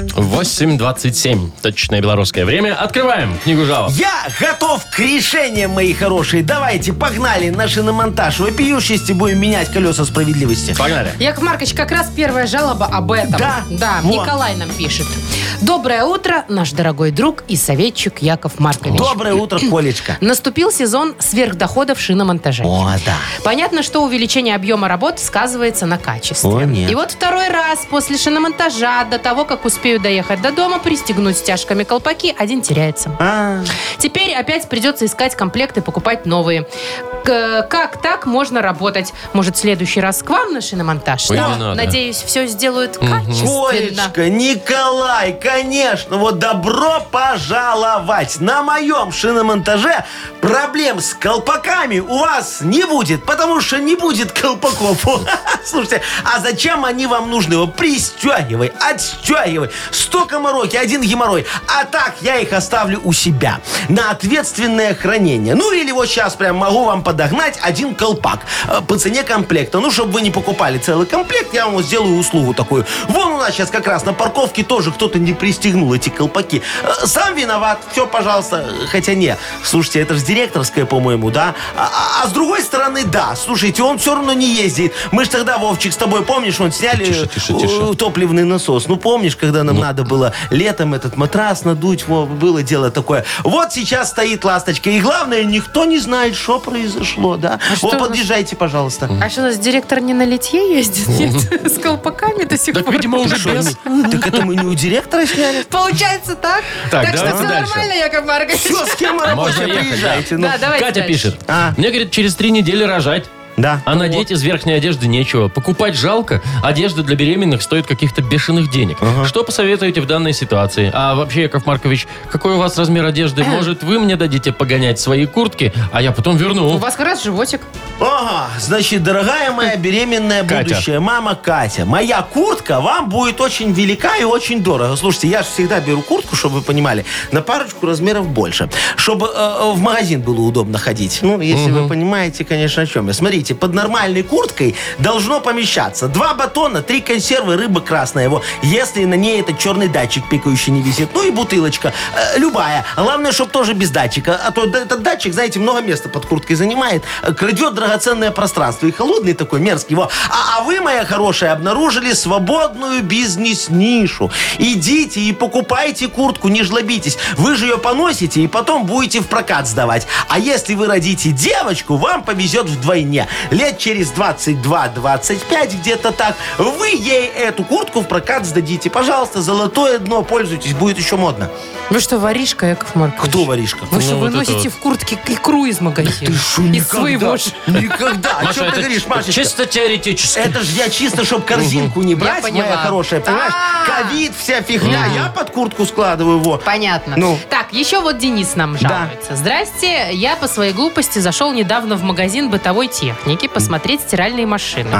[SPEAKER 2] 8.27. Точное белорусское время. Открываем книгу жалоб.
[SPEAKER 4] Я готов к решениям, мои хорошие. Давайте, погнали на шиномонтаж. Вопиющести будем менять колеса справедливости.
[SPEAKER 2] Погнали.
[SPEAKER 3] Яков Маркович, как раз первая жалоба об этом.
[SPEAKER 4] Да?
[SPEAKER 3] Да,
[SPEAKER 4] Вот.
[SPEAKER 3] Николай нам пишет. Доброе утро, наш дорогой друг и советчик Яков Маркович.
[SPEAKER 4] Доброе утро, Колечка.
[SPEAKER 3] Наступил сезон сверхдоходов шиномонтажа.
[SPEAKER 4] О, да.
[SPEAKER 3] Понятно, что увеличение объема работ сказывается на качестве.
[SPEAKER 4] О, нет.
[SPEAKER 3] И вот второй раз после шиномонтажа, до того, как успею доехать до дома, пристегнуть стяжками колпаки, один теряется.
[SPEAKER 4] А,
[SPEAKER 3] Теперь опять придется искать комплекты, покупать новые. К- как так можно работать? Может, в следующий раз к вам на шиномонтаж?
[SPEAKER 2] Ой, не
[SPEAKER 3] Там,
[SPEAKER 2] надо.
[SPEAKER 3] Надеюсь, все сделают качественно.
[SPEAKER 4] Колечка, Николай, конечно, вот добро пожаловать. На моем шиномонтаже проблем с колпаками у вас не будет, потому что не будет колпаков. [LAUGHS] Слушайте, а зачем они вам нужны? Вот Пристегивай, отстегивай. Столько мороки, один геморрой. А так я их оставлю у себя на ответственное хранение. Ну или вот сейчас прям могу вам подогнать один колпак э, по цене комплекта. Ну, чтобы вы не покупали целый комплект, я вам сделаю услугу такую. Вон у нас сейчас как раз на парковке тоже кто-то не пристегнул эти колпаки. Э, Сам виноват, все, пожалуйста. Хотя не, слушайте, это же директорская, по-моему, да? А, а- а с другой стороны, да, слушайте, он все равно не ездит. Мы же тогда, Вовчик, с тобой, помнишь, он сняли
[SPEAKER 2] Тише, тише, тише.
[SPEAKER 4] э, топливный насос. Ну, помнишь, когда нам надо было летом этот матрас надуть, во, было дело такое. Вот сейчас стоит ласточка. И главное, никто не знает, что произошло, да? вот
[SPEAKER 3] А что вы-
[SPEAKER 4] подъезжайте, пожалуйста.
[SPEAKER 3] А что у нас директор не на литье ездит? Нет, [LAUGHS] с колпаками до сих
[SPEAKER 2] Так,
[SPEAKER 3] пор.
[SPEAKER 2] видимо, уже
[SPEAKER 4] Что,
[SPEAKER 2] без.
[SPEAKER 4] не- ну, Так это мы не у
[SPEAKER 3] [LAUGHS]
[SPEAKER 4] директора сняли?
[SPEAKER 3] Получается так?
[SPEAKER 2] Так,
[SPEAKER 3] что
[SPEAKER 2] давайте
[SPEAKER 3] все
[SPEAKER 2] дальше.
[SPEAKER 3] нормально, Яков Маркович.
[SPEAKER 4] Все, с кем
[SPEAKER 2] Можно
[SPEAKER 4] рабочая,
[SPEAKER 2] ехать, да.
[SPEAKER 4] приезжайте. ну.
[SPEAKER 3] Да, давайте
[SPEAKER 2] Катя
[SPEAKER 3] дальше.
[SPEAKER 2] пишет.
[SPEAKER 4] А.
[SPEAKER 2] Мне, говорит, через три недели рожать.
[SPEAKER 4] Да.
[SPEAKER 2] А надеть из верхней одежды нечего. Покупать жалко. Одежда для беременных стоит каких-то бешеных денег. Что посоветуете в данной ситуации? А вообще, Яков Маркович, какой у вас размер
[SPEAKER 4] Э.
[SPEAKER 2] одежды? Может, вы мне дадите погонять свои куртки, а я потом верну?
[SPEAKER 3] У вас как раз животик.
[SPEAKER 4] Ага, значит, дорогая моя беременная
[SPEAKER 2] Катя.
[SPEAKER 4] будущая мама Катя, моя куртка вам будет очень велика и очень дорого. Слушайте, я же всегда беру куртку, чтобы вы понимали, на парочку размеров больше, чтобы э, в магазин было удобно ходить. Ну, если вы понимаете, конечно, о чем я. Смотрите, под нормальной курткой должно помещаться два батона, три консервы, рыба красная его, если на ней этот черный датчик пикающий не висит, ну и бутылочка, э, любая. Главное, чтобы тоже без датчика, а то да- этот датчик, знаете, много места под курткой занимает, э, крадет драгоценное пространство. И холодный такой, мерзкий. Его. А, а вы, моя хорошая, обнаружили свободную бизнес-нишу. Идите и покупайте куртку, не жлобитесь. Вы же ее поносите и потом будете в прокат сдавать. А если вы родите девочку, вам повезет вдвойне. Лет через 22-25, где-то так, вы ей эту куртку в прокат сдадите. Пожалуйста, золотое дно, пользуйтесь, будет еще модно.
[SPEAKER 3] Вы что, воришка, Яков Маркович?
[SPEAKER 4] Кто воришка?
[SPEAKER 3] Вы что,
[SPEAKER 2] Ну,
[SPEAKER 3] вы
[SPEAKER 2] вот это
[SPEAKER 3] носите в куртке икру из магазина?
[SPEAKER 4] шо,
[SPEAKER 3] из
[SPEAKER 4] никогда,
[SPEAKER 3] своего же.
[SPEAKER 4] Никогда. О чем ты
[SPEAKER 2] это
[SPEAKER 4] говоришь, Машечка?
[SPEAKER 2] чисто теоретически.
[SPEAKER 4] Это же я чисто, чтобы корзинку не брать, моя
[SPEAKER 3] поняла.
[SPEAKER 4] хорошая, понимаешь?
[SPEAKER 3] А-а-а.
[SPEAKER 4] Ковид, вся фигня. Я под куртку складываю его.
[SPEAKER 3] Понятно.
[SPEAKER 4] Ну.
[SPEAKER 3] Так, еще вот Денис нам
[SPEAKER 4] Да.
[SPEAKER 3] жалуется. Здрасте, я по своей глупости зашел недавно в магазин бытовой техники посмотреть стиральные машины.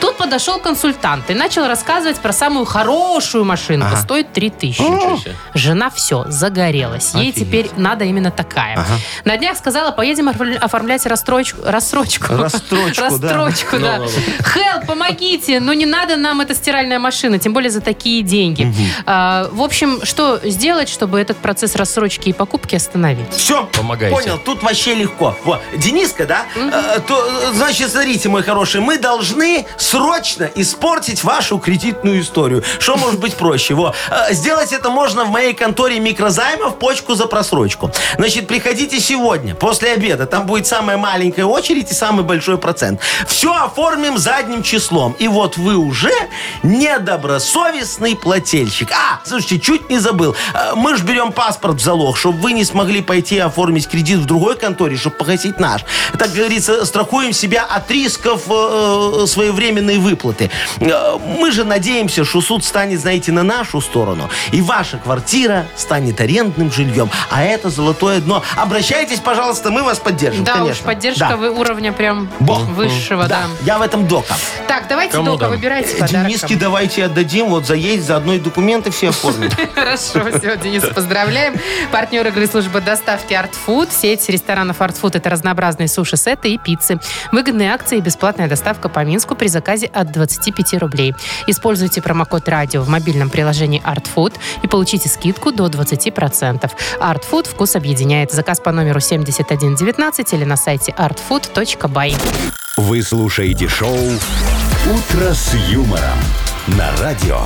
[SPEAKER 3] Тут подошел консультант и начал рассказывать про самую хорошую машинку. Стоит 3000.
[SPEAKER 2] себе.
[SPEAKER 3] Жена все, загорелась. Ей теперь надо именно такая. На днях сказала, поедем оформля- оформлять расстрочку. Рассрочку.
[SPEAKER 4] Расстрочку, да.
[SPEAKER 3] Расстрочку, да.
[SPEAKER 2] Ну,
[SPEAKER 3] Хелп, помогите! Ну не надо нам эта стиральная машина, тем более за такие деньги. А, в общем, что сделать, чтобы этот процесс рассрочки и покупки остановить?
[SPEAKER 4] Все,
[SPEAKER 2] Помогайте.
[SPEAKER 4] понял, тут вообще легко. Во, Дениска, да? Э, то, э, значит, смотрите, мой хороший, мы должны срочно испортить вашу кредитную историю. Что может быть проще? Во. Э, Сделать это можно в моей конторе микрозаймов почку за просрочку. Значит, приходите сегодня, после обеда. Там будет самая маленькая очередь и самый большой процент. Все оформим задним числом. И вот вы уже недобросовестный плательщик. А, слушайте, чуть не забыл. Э, Мы же берем паспорт в залог, чтобы вы не смогли пойти оформить кредит в другой конторе, чтобы погасить наш. Так говорится, страхуем себя от рисков э, своевременной выплаты. Э, Мы же надеемся, что суд станет, знаете, на нашу сторону. И ваша квартира станет арендным жильем. А это золотое дно. Обращайтесь, пожалуйста, мы вас поддержим.
[SPEAKER 3] Да уж,
[SPEAKER 4] Ну, конечно.
[SPEAKER 3] поддержка
[SPEAKER 4] Да.
[SPEAKER 3] вы уровня прям
[SPEAKER 4] Бог.
[SPEAKER 3] высшего, да.
[SPEAKER 4] Да, я в этом дока.
[SPEAKER 3] Так, давайте
[SPEAKER 2] Кому
[SPEAKER 3] долго
[SPEAKER 2] дам?
[SPEAKER 3] выбирайте подарок.
[SPEAKER 4] Дениски давайте отдадим, вот заесть, заодно и документы все оформим.
[SPEAKER 3] Хорошо, все, Денис, поздравляем. Партнер игры служба доставки Art Food. Сеть ресторанов Art Food – это разнообразные суши-сеты и пиццы. Выгодные акции и бесплатная доставка по Минску при заказе от 25 рублей. Используйте промокод «Радио» в мобильном приложении Art Food и получите скидку до 20%. Art Food – вкус объединяет. Заказ по номеру 7119 или на сайте artfood.by.
[SPEAKER 1] Вы слушаете шоу «Утро с юмором» на радио.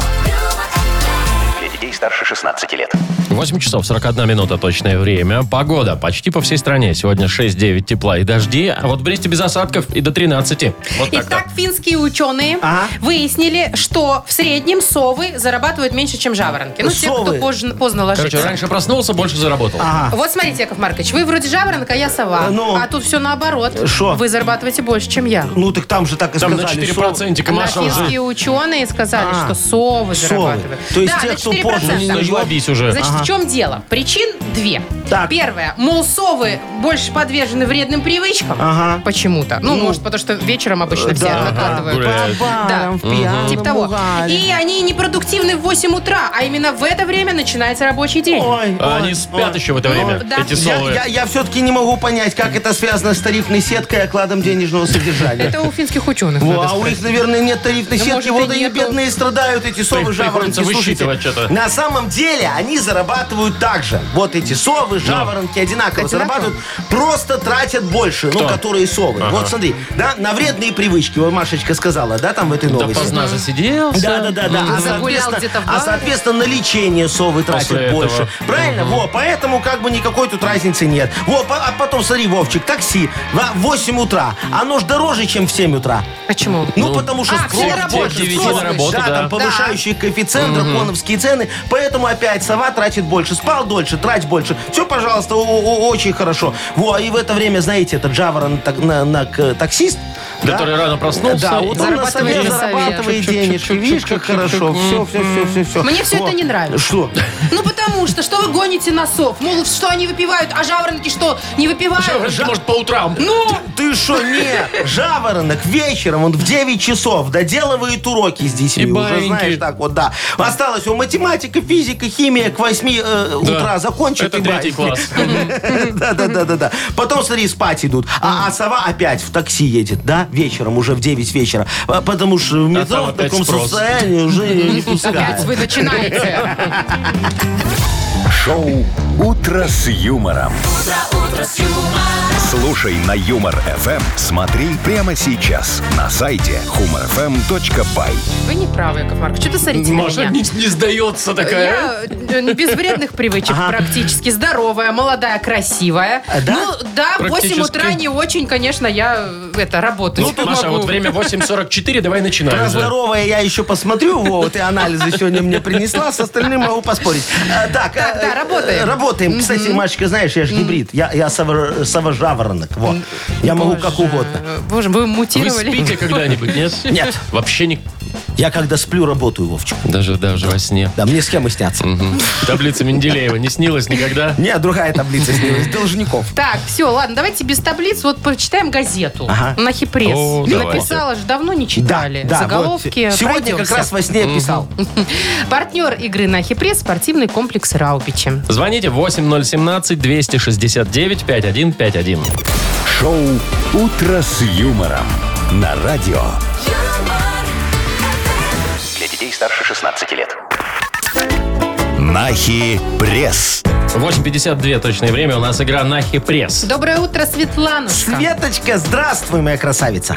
[SPEAKER 5] Для детей старше 16 лет.
[SPEAKER 2] 8 часов 41 минута точное время. Погода почти по всей стране. Сегодня 6-9 тепла и дожди. А вот в Бресте без осадков и до 13. Вот так-то.
[SPEAKER 3] Итак, финские ученые
[SPEAKER 4] Ага.
[SPEAKER 3] выяснили, что в среднем совы зарабатывают меньше, чем жаворонки. Ну, те, кто
[SPEAKER 4] Совы. А.
[SPEAKER 3] позже- поздно
[SPEAKER 4] Э,
[SPEAKER 2] Короче,
[SPEAKER 3] ложится.
[SPEAKER 2] раньше проснулся, больше заработал.
[SPEAKER 3] Вот смотрите, Яков Маркович, вы вроде жаворонка, а я сова.
[SPEAKER 4] Э, ну.
[SPEAKER 3] а тут все наоборот.
[SPEAKER 4] Шо?
[SPEAKER 3] Вы зарабатываете больше, чем я.
[SPEAKER 4] Ну так там же так и
[SPEAKER 2] Там на
[SPEAKER 4] сказали. что-
[SPEAKER 2] 4%
[SPEAKER 3] На
[SPEAKER 2] Маша уже.
[SPEAKER 3] финские ученые сказали,
[SPEAKER 4] А,
[SPEAKER 3] что совы,
[SPEAKER 4] совы.
[SPEAKER 3] зарабатывают.
[SPEAKER 4] То есть
[SPEAKER 3] да,
[SPEAKER 4] те,
[SPEAKER 3] на
[SPEAKER 4] кто позже
[SPEAKER 3] 4%.
[SPEAKER 4] встает.
[SPEAKER 2] Наелобись Ну, уже.
[SPEAKER 3] Значит, в чем дело? Причин две.
[SPEAKER 4] Так.
[SPEAKER 3] Первое. Мол, совы больше подвержены вредным привычкам.
[SPEAKER 4] Ага.
[SPEAKER 3] Почему-то. Ну, может, потому что вечером обычно все
[SPEAKER 4] да.
[SPEAKER 3] накладывают.
[SPEAKER 2] Гуляют.
[SPEAKER 3] Да. Типа того. И они непродуктивны в 8 утра, а именно в это время начинается рабочий день.
[SPEAKER 4] Ой,
[SPEAKER 2] А
[SPEAKER 4] ой,
[SPEAKER 2] они спят
[SPEAKER 4] ой.
[SPEAKER 2] еще в это время,
[SPEAKER 3] да.
[SPEAKER 2] эти
[SPEAKER 4] Ну, Я,
[SPEAKER 2] совы.
[SPEAKER 4] все-таки не могу понять, как это связано с тарифной сеткой и окладом денежного содержания.
[SPEAKER 3] Это у финских ученых.
[SPEAKER 4] Во,
[SPEAKER 3] надо
[SPEAKER 4] а у
[SPEAKER 3] сказать.
[SPEAKER 4] них, наверное, нет тарифной
[SPEAKER 3] Да,
[SPEAKER 4] сетки,
[SPEAKER 3] может,
[SPEAKER 4] вот
[SPEAKER 3] и
[SPEAKER 4] они
[SPEAKER 3] нету.
[SPEAKER 4] бедные страдают, эти совы,
[SPEAKER 2] приходится
[SPEAKER 4] жаворонки.
[SPEAKER 2] высчитывать
[SPEAKER 4] Слушайте,
[SPEAKER 2] что-то.
[SPEAKER 4] На самом деле они зарабатывают так же. Вот эти совы,
[SPEAKER 2] Ну.
[SPEAKER 4] жаворонки одинаково
[SPEAKER 3] Одинаково?
[SPEAKER 4] зарабатывают, просто тратят больше, ну, которые совы. Вот смотри, да, на вредные привычки, вот Машечка сказала, да, там в этой
[SPEAKER 2] Да
[SPEAKER 4] новости.
[SPEAKER 2] поздно засиделся. Ну,
[SPEAKER 4] Да, да, да, да.
[SPEAKER 3] А загулял где-то в
[SPEAKER 4] а,
[SPEAKER 3] баре?
[SPEAKER 4] соответственно, на лечение совы тратят
[SPEAKER 2] После этого.
[SPEAKER 4] больше. Правильно? Во, поэтому как бы никакой тут разницы нет. Во, по- а потом, смотри, Вовчик, такси в 8 утра. Оно ж дороже, чем в 7 утра.
[SPEAKER 3] Почему?
[SPEAKER 4] Ну, потому что
[SPEAKER 3] а,
[SPEAKER 4] спрос-
[SPEAKER 3] все работают,
[SPEAKER 4] спрос-
[SPEAKER 2] девяти на работу,
[SPEAKER 4] да,
[SPEAKER 2] да.
[SPEAKER 4] там повышающий коэффициент, драконовские цены. Поэтому опять сова тратит больше. Спал дольше, трать больше. Все, пожалуйста, о- о- очень хорошо. Во, и в это время, знаете, этот жаворон так- на, на- к- таксист,
[SPEAKER 2] Который рано проснулся.
[SPEAKER 4] Да, вот он на
[SPEAKER 3] зарабатывает
[SPEAKER 4] совет
[SPEAKER 3] на совет.
[SPEAKER 4] зарабатывает
[SPEAKER 2] Чук-чук,
[SPEAKER 4] денежки.
[SPEAKER 2] чук-чук,
[SPEAKER 4] Видишь, как
[SPEAKER 2] чук-чук,
[SPEAKER 4] хорошо. Все, все, все, все, все.
[SPEAKER 3] Мне все это не нравится.
[SPEAKER 4] Что?
[SPEAKER 3] Ну, потому что, что вы гоните на сов? Мол, что они выпивают, а жаворонки что, не выпивают?
[SPEAKER 2] Жаворонки, может, по утрам.
[SPEAKER 3] Ну,
[SPEAKER 4] Ты что, не, жаворонок вечером, он в 9 часов доделывает уроки с детьми.
[SPEAKER 2] И
[SPEAKER 4] уже
[SPEAKER 2] баиньки.
[SPEAKER 4] знаешь, так вот, да. Осталось у математика, физика, химия к 8 э,
[SPEAKER 2] Да.
[SPEAKER 4] утра закончит.
[SPEAKER 2] Это
[SPEAKER 4] и
[SPEAKER 2] третий
[SPEAKER 4] баиньки.
[SPEAKER 2] класс.
[SPEAKER 4] [LAUGHS] Да-да-да-да-да. Потом, смотри, спать идут. А, а сова опять в такси едет, да, вечером, уже в 9 вечера. А, Потому что в метро
[SPEAKER 2] там
[SPEAKER 4] в
[SPEAKER 2] опять
[SPEAKER 4] таком
[SPEAKER 2] спрос.
[SPEAKER 4] состоянии уже
[SPEAKER 2] [LAUGHS]
[SPEAKER 4] её не
[SPEAKER 3] опять
[SPEAKER 4] пускают.
[SPEAKER 3] вы начинаете.
[SPEAKER 1] Шоу «Утро с юмором». Слушай на Юмор ФМ. Смотри прямо сейчас на сайте humorfm.by.
[SPEAKER 3] Вы не правы, Яков Маркович, что-то сорите на
[SPEAKER 2] Маша
[SPEAKER 3] меня.
[SPEAKER 2] не, не сдается такая.
[SPEAKER 3] Я э, без вредных привычек практически. Здоровая, молодая, красивая.
[SPEAKER 4] да?
[SPEAKER 3] Ну, да, в 8 утра
[SPEAKER 2] Практически.
[SPEAKER 3] не очень, конечно, я э, это, работаю.
[SPEAKER 2] Ну, Маша, вот время 8.44, давай начинаем.
[SPEAKER 4] Про
[SPEAKER 2] уже.
[SPEAKER 4] здоровое я еще посмотрю, вот, и анализы сегодня мне принесла, с остальным могу поспорить. А, Так,
[SPEAKER 3] Так,
[SPEAKER 4] а,
[SPEAKER 3] да,
[SPEAKER 4] э,
[SPEAKER 3] работаем.
[SPEAKER 4] Работаем. Кстати, Машечка, знаешь, я же гибрид, я я сова- совожаворонок, вот. Я могу Ну, как угодно.
[SPEAKER 3] Э, Боже, вы
[SPEAKER 2] Вы
[SPEAKER 3] мутировали.
[SPEAKER 4] [LAUGHS]
[SPEAKER 2] спите когда-нибудь, нет?
[SPEAKER 4] Нет.
[SPEAKER 2] Вообще не...
[SPEAKER 4] Я когда сплю, работаю, Вовчик.
[SPEAKER 2] Даже, даже во
[SPEAKER 4] [LAUGHS]
[SPEAKER 2] сне.
[SPEAKER 4] Да, мне схемы снятся.
[SPEAKER 2] Мгм. Таблица Менделеева не снилась никогда?
[SPEAKER 4] Не, другая таблица снилась, должников.
[SPEAKER 3] Так, все, ладно, давайте без таблиц вот почитаем газету.
[SPEAKER 4] Ага.
[SPEAKER 3] На Хипресс.
[SPEAKER 2] О, давайте.
[SPEAKER 3] Написала же, давно не
[SPEAKER 4] Да,
[SPEAKER 3] читали.
[SPEAKER 4] да,
[SPEAKER 3] Заголовки.
[SPEAKER 4] вот. Сегодня
[SPEAKER 3] пройдемся.
[SPEAKER 4] как раз во сне
[SPEAKER 3] [LAUGHS]
[SPEAKER 4] писал.
[SPEAKER 3] Партнер игры на Хипресс спортивный комплекс Раубичи.
[SPEAKER 2] Звоните 8017-269-5151.
[SPEAKER 1] Шоу «Утро с юмором» на радио.
[SPEAKER 5] Для детей старше 16 лет.
[SPEAKER 1] Нахи пресс.
[SPEAKER 2] 8.52 точное время. У нас игра на пресс.
[SPEAKER 3] Доброе утро, Светланушка.
[SPEAKER 4] Светочка, здравствуй, моя красавица.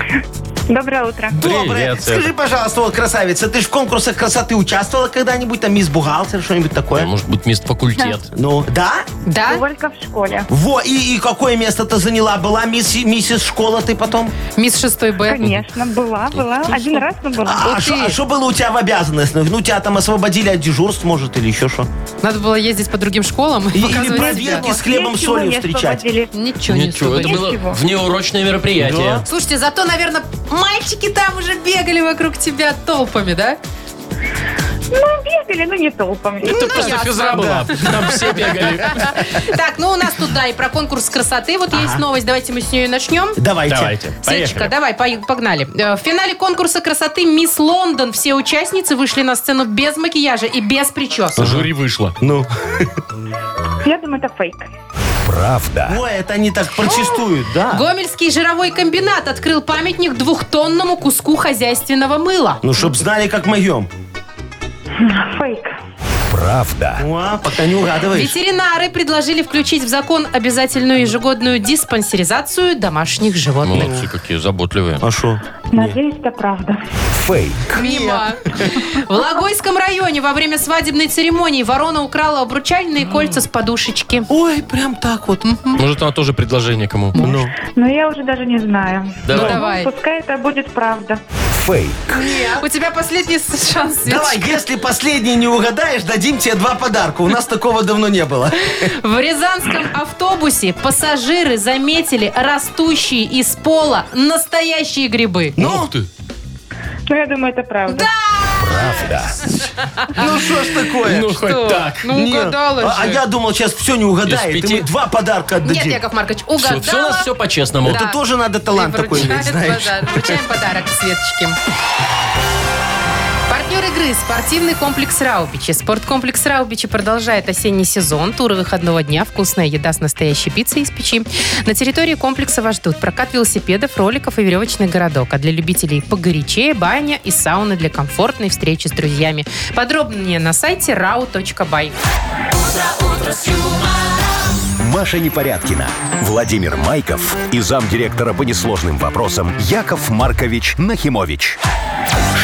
[SPEAKER 7] Доброе утро.
[SPEAKER 4] Доброе.
[SPEAKER 2] Привет, Света.
[SPEAKER 4] Скажи, пожалуйста, вот, красавица, ты ж в конкурсах красоты участвовала когда-нибудь, там, мисс Бухгалтер, что-нибудь такое?
[SPEAKER 2] А Может быть, мест факультет.
[SPEAKER 4] Ну, да?
[SPEAKER 3] Да?
[SPEAKER 7] Только в школе.
[SPEAKER 4] Во, и, и какое место ты заняла? Была мисс, миссис школа ты потом?
[SPEAKER 3] Мисс 6 Б.
[SPEAKER 7] Конечно, была, была. Один раз, но была.
[SPEAKER 4] А что было у тебя в обязанностях? Ну, тебя там освободили от дежурств, может, или еще что?
[SPEAKER 3] Надо было ездить по другим школам и,
[SPEAKER 4] Или
[SPEAKER 3] показывать
[SPEAKER 4] пробирки
[SPEAKER 3] себя.
[SPEAKER 4] с хлебом,
[SPEAKER 7] Ничего
[SPEAKER 4] солью
[SPEAKER 7] не
[SPEAKER 4] встречать.
[SPEAKER 7] освободили.
[SPEAKER 3] Ничего не
[SPEAKER 2] Ничего, это
[SPEAKER 3] особо.
[SPEAKER 2] было
[SPEAKER 7] Ничего.
[SPEAKER 2] внеурочное мероприятие.
[SPEAKER 4] Да.
[SPEAKER 3] Слушайте, зато, наверное, мальчики там уже бегали вокруг тебя толпами, да?
[SPEAKER 7] Ну, бегали, но не толпом.
[SPEAKER 2] Это
[SPEAKER 3] Ну,
[SPEAKER 2] просто
[SPEAKER 3] ясно.
[SPEAKER 2] физра была. Там все бегали.
[SPEAKER 3] Так, ну у нас тут, да, и про конкурс красоты. Вот есть новость, давайте мы с нее начнем.
[SPEAKER 4] Давайте.
[SPEAKER 2] Давайте,
[SPEAKER 3] Светочка,
[SPEAKER 2] поехали.
[SPEAKER 3] давай, пой- погнали. Э, В финале конкурса красоты «Мисс Лондон» все участницы вышли на сцену без макияжа и без причесок.
[SPEAKER 2] Жюри вышло.
[SPEAKER 4] Ну.
[SPEAKER 7] Я думаю, это фейк.
[SPEAKER 1] Правда.
[SPEAKER 4] Ой, это они так протестуют, да?
[SPEAKER 3] Гомельский жировой комбинат открыл памятник двухтонному куску хозяйственного мыла.
[SPEAKER 4] Ну, чтоб знали, как моем.
[SPEAKER 7] Фейк.
[SPEAKER 1] Правда.
[SPEAKER 4] Ну, а, пока не угадываешь.
[SPEAKER 3] Ветеринары предложили включить в закон обязательную ежегодную диспансеризацию домашних животных.
[SPEAKER 2] Молодцы какие, заботливые.
[SPEAKER 4] А что?
[SPEAKER 7] Надеюсь, это правда.
[SPEAKER 1] Фейк.
[SPEAKER 3] Мимо. В Логойском районе во время свадебной церемонии ворона украла обручальные кольца с подушечки.
[SPEAKER 4] Ой, прям так вот.
[SPEAKER 2] Может, она тоже предложение кому?
[SPEAKER 4] Ну.
[SPEAKER 7] Но я уже даже не знаю.
[SPEAKER 3] Ну,
[SPEAKER 2] Давай.
[SPEAKER 3] давай.
[SPEAKER 7] Пускай это будет правда.
[SPEAKER 1] Фейк.
[SPEAKER 3] У тебя последний с- шанс,
[SPEAKER 4] Давай,
[SPEAKER 3] Светочка.
[SPEAKER 4] если последний не угадаешь, дадим тебе два подарка. У нас такого давно
[SPEAKER 3] [LAUGHS]
[SPEAKER 4] не было.
[SPEAKER 3] В рязанском автобусе пассажиры заметили растущие из пола настоящие грибы.
[SPEAKER 2] Ну ты.
[SPEAKER 7] Но я думаю, это правда.
[SPEAKER 4] Ну, что ж такое?
[SPEAKER 2] Ну хоть так.
[SPEAKER 3] Ну,
[SPEAKER 4] Не.
[SPEAKER 3] угадала
[SPEAKER 4] А а
[SPEAKER 3] же.
[SPEAKER 4] я думал, сейчас все не угадает.
[SPEAKER 2] Из
[SPEAKER 4] и
[SPEAKER 2] пяти?
[SPEAKER 4] мы два подарка
[SPEAKER 3] Нет,
[SPEAKER 4] отдадим.
[SPEAKER 3] Яков Маркович, угадала.
[SPEAKER 2] Все у нас все по-честному.
[SPEAKER 3] Да.
[SPEAKER 4] Это тоже надо
[SPEAKER 3] И
[SPEAKER 4] талант такой
[SPEAKER 3] вручает
[SPEAKER 4] иметь, знаешь.
[SPEAKER 3] подарок. Вручаем подарок Светочке. Партнер игры – спортивный комплекс «Раубичи». Спорткомплекс «Раубичи» продолжает осенний сезон. Туры выходного дня, вкусная еда с настоящей пиццей из печи. На территории комплекса вас ждут прокат велосипедов, роликов и веревочный городок. А для любителей погорячее – баня и сауна для комфортной встречи с друзьями. Подробнее на сайте rau.by.
[SPEAKER 1] Маша Непорядкина, Владимир Майков и замдиректора по несложным вопросам Яков Маркович Нахимович.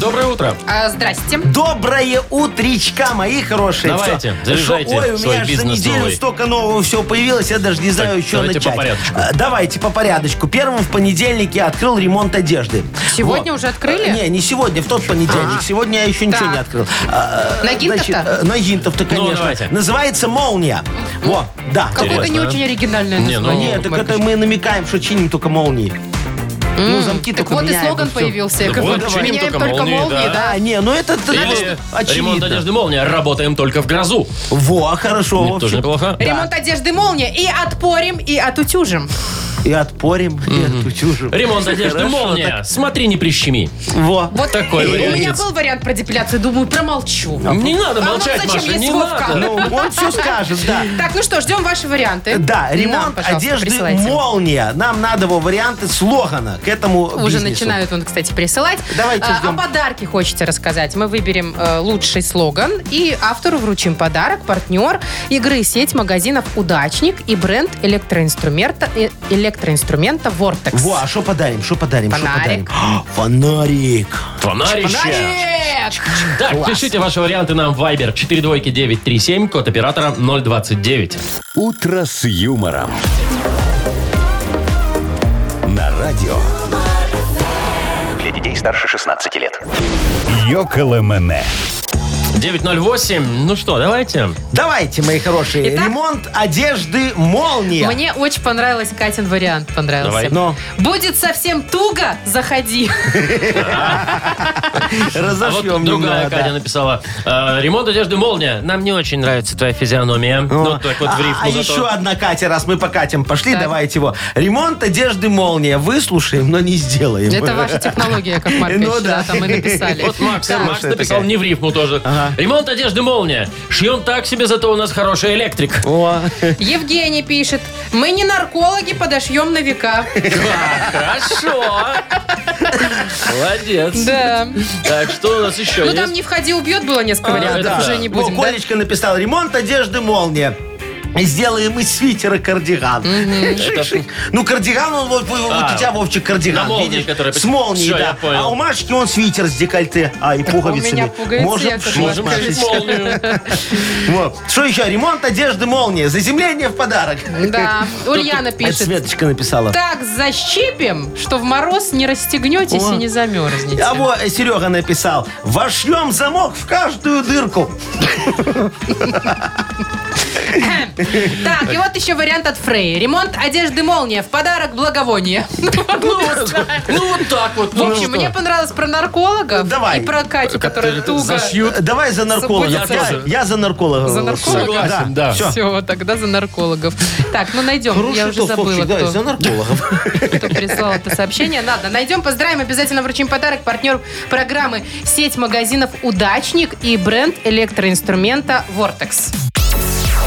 [SPEAKER 2] Доброе утро.
[SPEAKER 3] А, здрасте.
[SPEAKER 4] Доброе утречка, мои хорошие.
[SPEAKER 2] Давайте,
[SPEAKER 4] Всё.
[SPEAKER 2] заряжайте
[SPEAKER 4] Шо- Ой, у
[SPEAKER 2] свой
[SPEAKER 4] меня ж за
[SPEAKER 2] бизнес
[SPEAKER 4] неделю
[SPEAKER 2] новый.
[SPEAKER 4] столько нового всего появилось, я даже не знаю, что
[SPEAKER 2] давайте
[SPEAKER 4] начать.
[SPEAKER 2] по порядочку.
[SPEAKER 4] А, Давайте по порядочку. Первым в понедельник я открыл ремонт одежды. Э,
[SPEAKER 3] Сегодня уже открыли?
[SPEAKER 4] Не, не сегодня, в
[SPEAKER 2] А.
[SPEAKER 4] тот понедельник. Сегодня я еще ничего
[SPEAKER 3] Так.
[SPEAKER 4] не открыл. А, э,
[SPEAKER 3] Нагинтов-то?
[SPEAKER 4] значит, э, Нагинтов-то, конечно.
[SPEAKER 2] Ну, давайте.
[SPEAKER 4] Называется «Молния». Во, да.
[SPEAKER 3] Какое-то
[SPEAKER 2] Интересно,
[SPEAKER 3] не
[SPEAKER 2] а?
[SPEAKER 3] очень оригинальное
[SPEAKER 2] Не, ну,
[SPEAKER 3] название.
[SPEAKER 4] Нет, так
[SPEAKER 3] Яков
[SPEAKER 4] это
[SPEAKER 3] Маркович.
[SPEAKER 4] мы намекаем, что чиним только молнии. Ну, замки
[SPEAKER 3] Так
[SPEAKER 4] только
[SPEAKER 3] вот и
[SPEAKER 4] меняем,
[SPEAKER 3] слоган
[SPEAKER 4] всё.
[SPEAKER 3] появился.
[SPEAKER 2] Ну
[SPEAKER 3] Яков
[SPEAKER 2] вот,
[SPEAKER 3] Маркович.
[SPEAKER 2] чиним
[SPEAKER 3] Меняем
[SPEAKER 2] только
[SPEAKER 3] только
[SPEAKER 2] молнии,
[SPEAKER 3] молнии,
[SPEAKER 2] да.
[SPEAKER 3] да.
[SPEAKER 4] А, не, ну это, это
[SPEAKER 2] Или ремонт
[SPEAKER 4] очевидно.
[SPEAKER 2] одежды молния. Работаем только в грозу.
[SPEAKER 4] Во, хорошо. в
[SPEAKER 2] Это тоже
[SPEAKER 4] общем.
[SPEAKER 2] неплохо.
[SPEAKER 3] Ремонт одежды молния. И отпорим, и отутюжим.
[SPEAKER 4] И отпорим, и отутюжим.
[SPEAKER 2] Ремонт одежды
[SPEAKER 4] Хорошо,
[SPEAKER 2] молния. Смотри, не прищеми.
[SPEAKER 4] так, Во.
[SPEAKER 3] Вот
[SPEAKER 2] Такой
[SPEAKER 3] У
[SPEAKER 2] вариант.
[SPEAKER 3] меня был вариант про депиляцию, думаю, промолчу.
[SPEAKER 2] Не надо
[SPEAKER 3] А нам
[SPEAKER 2] молчать,
[SPEAKER 3] зачем
[SPEAKER 2] Маша,
[SPEAKER 3] есть
[SPEAKER 2] не
[SPEAKER 3] Вовка?
[SPEAKER 2] надо.
[SPEAKER 4] Ну, он все скажет, да.
[SPEAKER 3] Так, ну что, ждем ваши варианты.
[SPEAKER 4] Да,
[SPEAKER 3] Нам,
[SPEAKER 4] ремонт
[SPEAKER 3] пожалуйста,
[SPEAKER 4] одежды
[SPEAKER 3] присылайте.
[SPEAKER 4] молния. Нам надо его варианты слогана к этому
[SPEAKER 3] Уже
[SPEAKER 4] бизнесу.
[SPEAKER 3] начинают он, кстати, присылать.
[SPEAKER 4] Давайте
[SPEAKER 3] А,
[SPEAKER 4] ждем.
[SPEAKER 3] О подарке хочется рассказать. Мы выберем э, лучший слоган и автору вручим подарок. Партнер игры сеть магазинов «Удачник» и бренд электроинструмента, э, электроинструмента «Вортекс».
[SPEAKER 4] Во, а что подарим? Что подарим? Шо
[SPEAKER 3] Фонарик.
[SPEAKER 4] подарим? А, Фонарик.
[SPEAKER 2] Фонарище.
[SPEAKER 3] Подарок!
[SPEAKER 2] Так, пишите ваши варианты нам в Viber 42937, код оператора 029.
[SPEAKER 1] «Утро с юмором». На радио
[SPEAKER 5] Для детей старше 16 лет.
[SPEAKER 1] «Йоколэмэне».
[SPEAKER 2] 908. Ну что, давайте.
[SPEAKER 4] Давайте, мои хорошие,
[SPEAKER 3] Итак.
[SPEAKER 4] ремонт одежды молния.
[SPEAKER 3] Мне очень понравилось, Катин вариант понравился.
[SPEAKER 2] Давай.
[SPEAKER 4] Ну.
[SPEAKER 3] Будет совсем туго,
[SPEAKER 4] [LAUGHS]
[SPEAKER 3] заходи.
[SPEAKER 2] А вот
[SPEAKER 4] Разошьем
[SPEAKER 2] другая
[SPEAKER 4] немного, да.
[SPEAKER 2] Катя написала. э, ремонт одежды молния. Нам не очень нравится твоя физиономия. Ну, так вот в
[SPEAKER 4] а,
[SPEAKER 2] рифму
[SPEAKER 4] а
[SPEAKER 2] зато.
[SPEAKER 4] еще одна Катя, раз мы по Катям пошли,
[SPEAKER 3] Так.
[SPEAKER 4] давайте его. Ремонт одежды молния. Выслушаем, но не сделаем.
[SPEAKER 3] Это ваша технология, как Маркович.
[SPEAKER 4] Ну да.
[SPEAKER 3] да, там и написали.
[SPEAKER 2] Вот Макс,
[SPEAKER 3] Так.
[SPEAKER 2] Макс
[SPEAKER 4] Хорошая
[SPEAKER 2] написал
[SPEAKER 4] такая.
[SPEAKER 2] не в рифму тоже.
[SPEAKER 4] Ага.
[SPEAKER 2] Ремонт одежды молния. Шьем так себе, зато у нас хороший электрик.
[SPEAKER 4] О,
[SPEAKER 3] Евгений пишет, мы не наркологи, подошьем на века.
[SPEAKER 2] Хорошо. Молодец.
[SPEAKER 3] [LAUGHS] Да.
[SPEAKER 2] Так, что у нас еще
[SPEAKER 3] Ну
[SPEAKER 2] есть?
[SPEAKER 3] там не входи, убьет было несколько
[SPEAKER 2] А,
[SPEAKER 3] вариантов,
[SPEAKER 2] да.
[SPEAKER 3] уже не
[SPEAKER 4] Во,
[SPEAKER 3] будем, да?
[SPEAKER 4] Ну, Колечка написал, ремонт одежды молния. Сделаем из свитера кардиган. Шик-шик. Ну, кардиган, он вот, вот
[SPEAKER 2] А,
[SPEAKER 4] у тебя, Вовчик, кардиган,
[SPEAKER 2] на молнии,
[SPEAKER 4] видишь?
[SPEAKER 2] которая-
[SPEAKER 4] С молнией,
[SPEAKER 2] Всё, я
[SPEAKER 4] да.
[SPEAKER 2] понял.
[SPEAKER 4] А у Машечки он свитер с декольте, а и пуговицами.
[SPEAKER 3] меня пуговицы,
[SPEAKER 4] Можем
[SPEAKER 3] Яков
[SPEAKER 4] шить,
[SPEAKER 2] Можем
[SPEAKER 3] Маркович.
[SPEAKER 2] шить
[SPEAKER 4] Машечка.
[SPEAKER 2] молнию.
[SPEAKER 4] Вот. Что еще? Ремонт одежды молния. Заземление в подарок.
[SPEAKER 3] Да, Ульяна
[SPEAKER 4] Это
[SPEAKER 3] пишет.
[SPEAKER 4] Светочка написала.
[SPEAKER 3] Так защипим, что в мороз не расстегнетесь
[SPEAKER 4] О.
[SPEAKER 3] и не замерзнете.
[SPEAKER 4] А вот э, Серега написал, вошьем замок в каждую дырку.
[SPEAKER 3] Так, и вот еще вариант от Фрей. Ремонт одежды молния в подарок [LAUGHS] благовоние.
[SPEAKER 2] Ну вот так вот.
[SPEAKER 3] В
[SPEAKER 2] ну
[SPEAKER 3] общем,
[SPEAKER 2] что?
[SPEAKER 3] мне понравилось про наркологов
[SPEAKER 4] Ну, Давай.
[SPEAKER 3] и про Катю, которая
[SPEAKER 2] Которые
[SPEAKER 3] туго.
[SPEAKER 2] Зашьют.
[SPEAKER 4] Э, Давай за нарколога.
[SPEAKER 3] Я
[SPEAKER 2] тоже.
[SPEAKER 4] я за нарколога.
[SPEAKER 3] За
[SPEAKER 4] голосую.
[SPEAKER 3] нарколога?
[SPEAKER 2] Согласен, да.
[SPEAKER 4] Всё.
[SPEAKER 3] Все, тогда за наркологов. Так, ну найдем.
[SPEAKER 4] а. Хороший
[SPEAKER 3] Я уже
[SPEAKER 4] тост,
[SPEAKER 3] забыла,
[SPEAKER 4] Вовчик, давай, за
[SPEAKER 3] кто,
[SPEAKER 4] наркологов.
[SPEAKER 3] кто прислал это сообщение. Ладно, найдем, поздравим, обязательно вручим подарок. Партнер программы сеть магазинов «Удачник» и бренд электроинструмента «Вортекс».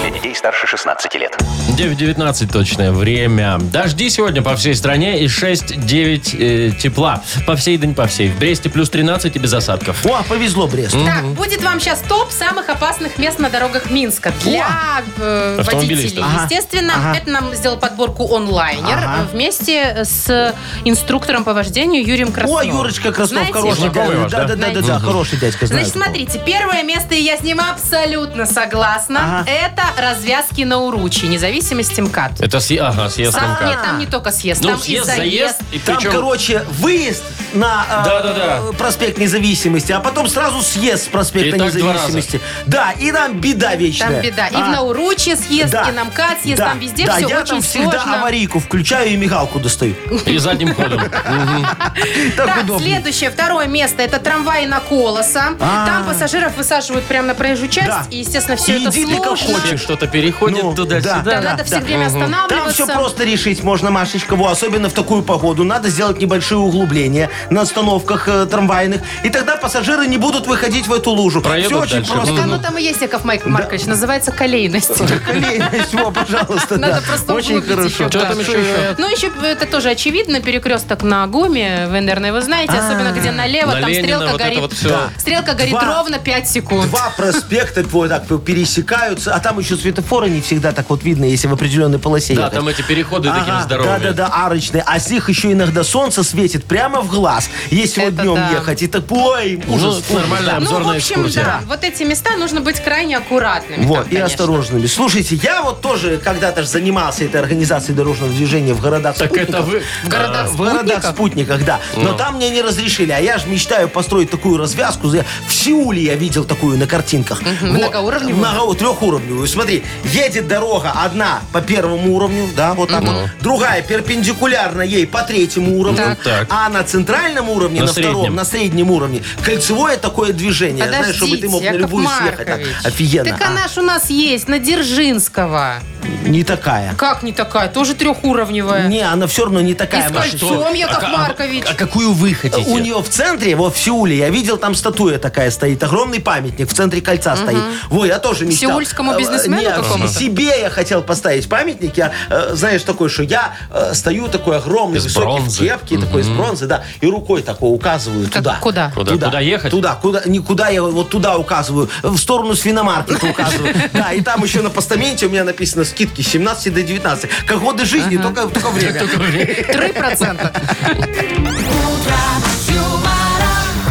[SPEAKER 5] Для детей старше 16 лет.
[SPEAKER 2] 9.19 точное время. Дожди сегодня по всей стране и 6-9 э, тепла. По всей, да не по всей. В Бресте плюс 13 и без осадков.
[SPEAKER 4] О, повезло Бресту.
[SPEAKER 3] Так, будет вам сейчас топ самых опасных мест на дорогах Минска для э, водителей.
[SPEAKER 2] Автомобилистов.
[SPEAKER 4] Ага.
[SPEAKER 3] Естественно,
[SPEAKER 4] Ага.
[SPEAKER 3] это нам сделал подборку онлайнер
[SPEAKER 4] Ага.
[SPEAKER 3] э, вместе с инструктором по вождению Юрием
[SPEAKER 4] О,
[SPEAKER 3] Красновым.
[SPEAKER 4] Юрочка Краснов,
[SPEAKER 3] Знаете
[SPEAKER 4] хороший
[SPEAKER 3] его?
[SPEAKER 2] Знакомый
[SPEAKER 4] дядька.
[SPEAKER 2] ваш,
[SPEAKER 4] Да,
[SPEAKER 2] да?
[SPEAKER 4] да, да, да, да, хороший дядька. знаю
[SPEAKER 3] Значит,
[SPEAKER 4] такого.
[SPEAKER 3] смотрите, первое место, и я с ним абсолютно согласна,
[SPEAKER 4] Ага.
[SPEAKER 3] это развязки на Уручи, независимость МКАД.
[SPEAKER 2] Это съ... Ага, съезд
[SPEAKER 3] Там,
[SPEAKER 2] МКАД.
[SPEAKER 3] нет, там не только съезд,
[SPEAKER 2] Ну,
[SPEAKER 3] там
[SPEAKER 2] съезд,
[SPEAKER 3] и
[SPEAKER 2] заезд.
[SPEAKER 3] заезд.
[SPEAKER 2] И
[SPEAKER 4] Там,
[SPEAKER 2] причем-
[SPEAKER 4] короче, выезд на э,
[SPEAKER 2] Да-да-да.
[SPEAKER 4] э, проспект независимости, а потом сразу съезд с проспекта
[SPEAKER 2] И так два
[SPEAKER 4] независимости. Да, и там беда вечная.
[SPEAKER 3] Там беда. И
[SPEAKER 4] А,
[SPEAKER 3] в Науруче съезд,
[SPEAKER 4] да,
[SPEAKER 3] и на МКАД съезд,
[SPEAKER 4] да,
[SPEAKER 3] там везде
[SPEAKER 4] да,
[SPEAKER 3] все
[SPEAKER 4] я
[SPEAKER 3] очень
[SPEAKER 4] там всегда
[SPEAKER 3] сложно.
[SPEAKER 4] аварийку включаю и мигалку
[SPEAKER 3] [LAUGHS]
[SPEAKER 4] достаю.
[SPEAKER 2] И задним
[SPEAKER 4] [LAUGHS]
[SPEAKER 2] ходом. Мгм.
[SPEAKER 4] Так
[SPEAKER 3] Так,
[SPEAKER 4] удобно.
[SPEAKER 3] следующее, второе место, это трамваи на колоса.
[SPEAKER 4] А.
[SPEAKER 3] Там пассажиров высаживают прямо на проезжую часть,
[SPEAKER 4] Да.
[SPEAKER 3] и, естественно, все
[SPEAKER 4] И
[SPEAKER 3] это
[SPEAKER 4] иди ты как
[SPEAKER 3] сложно.
[SPEAKER 4] хочешь.
[SPEAKER 2] Все Что-то переходит
[SPEAKER 4] Ну,
[SPEAKER 2] туда-сюда.
[SPEAKER 3] Да,
[SPEAKER 4] Да,
[SPEAKER 3] надо
[SPEAKER 4] да,
[SPEAKER 3] все
[SPEAKER 4] да.
[SPEAKER 3] время
[SPEAKER 2] Мгм.
[SPEAKER 4] Там
[SPEAKER 3] останавливаться. а
[SPEAKER 4] все просто решить можно, Машечка. Во, особенно в такую погоду. Надо сделать небольшие углубления на остановках э, трамвайных. И тогда пассажиры не будут выходить в эту лужу.
[SPEAKER 2] Проедут
[SPEAKER 4] все очень
[SPEAKER 2] дальше.
[SPEAKER 4] просто. Ну,
[SPEAKER 3] Так оно ну, там и есть, Яков Майк- Маркович, называется колейность.
[SPEAKER 4] [LAUGHS] Колейность, во, пожалуйста,
[SPEAKER 3] Надо
[SPEAKER 4] да.
[SPEAKER 3] просто
[SPEAKER 4] Очень
[SPEAKER 3] углубить
[SPEAKER 4] хорошо.
[SPEAKER 3] еще,
[SPEAKER 2] Что там еще? еще?
[SPEAKER 3] Ну, еще это тоже очевидно, перекресток на Гуме, вы, наверное, его знаете, особенно где налево,
[SPEAKER 2] На
[SPEAKER 3] там
[SPEAKER 2] Ленина
[SPEAKER 3] стрелка
[SPEAKER 2] вот это
[SPEAKER 3] горит.
[SPEAKER 2] вот все.
[SPEAKER 3] Стрелка горит
[SPEAKER 4] А. Два-
[SPEAKER 3] ровно 5 секунд.
[SPEAKER 4] Два проспекта вот так пересекаются, а там еще светофора не всегда так вот видно, если в определенной полосе
[SPEAKER 2] Да,
[SPEAKER 4] ехать.
[SPEAKER 2] там эти переходы такие
[SPEAKER 4] Ага,
[SPEAKER 2] здоровые.
[SPEAKER 4] Да-да-да, арочные. А с них еще иногда солнце светит прямо в глаз, если вот
[SPEAKER 3] Это
[SPEAKER 4] днем
[SPEAKER 3] да.
[SPEAKER 4] ехать. И так, ой,
[SPEAKER 2] Ну,
[SPEAKER 4] ужас.
[SPEAKER 2] нормальная
[SPEAKER 3] Ну, в
[SPEAKER 2] обзорная
[SPEAKER 3] общем,
[SPEAKER 2] экскурсия.
[SPEAKER 3] да. Вот эти места нужно быть крайне аккуратными.
[SPEAKER 4] Вот,
[SPEAKER 3] там,
[SPEAKER 4] и
[SPEAKER 3] конечно.
[SPEAKER 4] осторожными. Слушайте, я вот тоже когда-то же занимался этой организацией дорожного движения в городах А,
[SPEAKER 2] Так это вы...
[SPEAKER 3] В городах
[SPEAKER 4] В городах
[SPEAKER 3] спутников?
[SPEAKER 4] спутниках, да. Но
[SPEAKER 2] Ну.
[SPEAKER 4] там мне не разрешили. А я же мечтаю построить такую развязку. Я- В Сеуле я видел такую на картинках. Вот.
[SPEAKER 3] многоуровневую?
[SPEAKER 4] Много- трехуровневую. Смотри, едет дорога одна по первому уровню, да, вот
[SPEAKER 2] Ну.
[SPEAKER 4] так вот. Другая перпендикулярно ей по третьему уровню.
[SPEAKER 3] Так.
[SPEAKER 2] Так.
[SPEAKER 4] А на центральном уровне,
[SPEAKER 2] На
[SPEAKER 4] на, втором,
[SPEAKER 2] среднем.
[SPEAKER 4] на среднем уровне, кольцевое такое движение, знаешь, чтобы ты мог на
[SPEAKER 3] Яков
[SPEAKER 4] любую съехать. Так,
[SPEAKER 3] Маркович.
[SPEAKER 4] Офигенно.
[SPEAKER 3] Так
[SPEAKER 4] а?
[SPEAKER 3] она ж у нас есть, на Дзержинского.
[SPEAKER 4] Не такая.
[SPEAKER 3] Как не такая? Тоже трехуровневая.
[SPEAKER 4] Не, она все равно не такая.
[SPEAKER 3] И с
[SPEAKER 4] Маша.
[SPEAKER 3] кольцом, Яков
[SPEAKER 2] А- а-
[SPEAKER 3] Маркович.
[SPEAKER 2] А какую вы хотите?
[SPEAKER 4] У нее в центре, вот в Сеуле, я видел, там статуя такая стоит, огромный памятник в центре кольца стоит. Во, я тоже мечтал.
[SPEAKER 3] Сеульскому
[SPEAKER 4] Э, э,
[SPEAKER 3] бизнесмену
[SPEAKER 4] нет,
[SPEAKER 3] какому-то?
[SPEAKER 4] себе я хотел поставить памятник. Я, э, знаешь, такой, что я э, стою такой огромный,
[SPEAKER 2] Из
[SPEAKER 4] высокий,
[SPEAKER 2] бронзы.
[SPEAKER 4] в кепке, такой из бронзы, да, и рукой такой указываю
[SPEAKER 3] Как-
[SPEAKER 4] туда.
[SPEAKER 3] куда?
[SPEAKER 2] Куда? Куда ехать?
[SPEAKER 4] Туда, куда, никуда я вот туда указываю, в сторону свиномаркета
[SPEAKER 2] [LAUGHS]
[SPEAKER 4] указываю. Да, и там еще на постаменте у меня написано скидки с 17 до 19. Как годы жизни, только только время.
[SPEAKER 3] Три процента.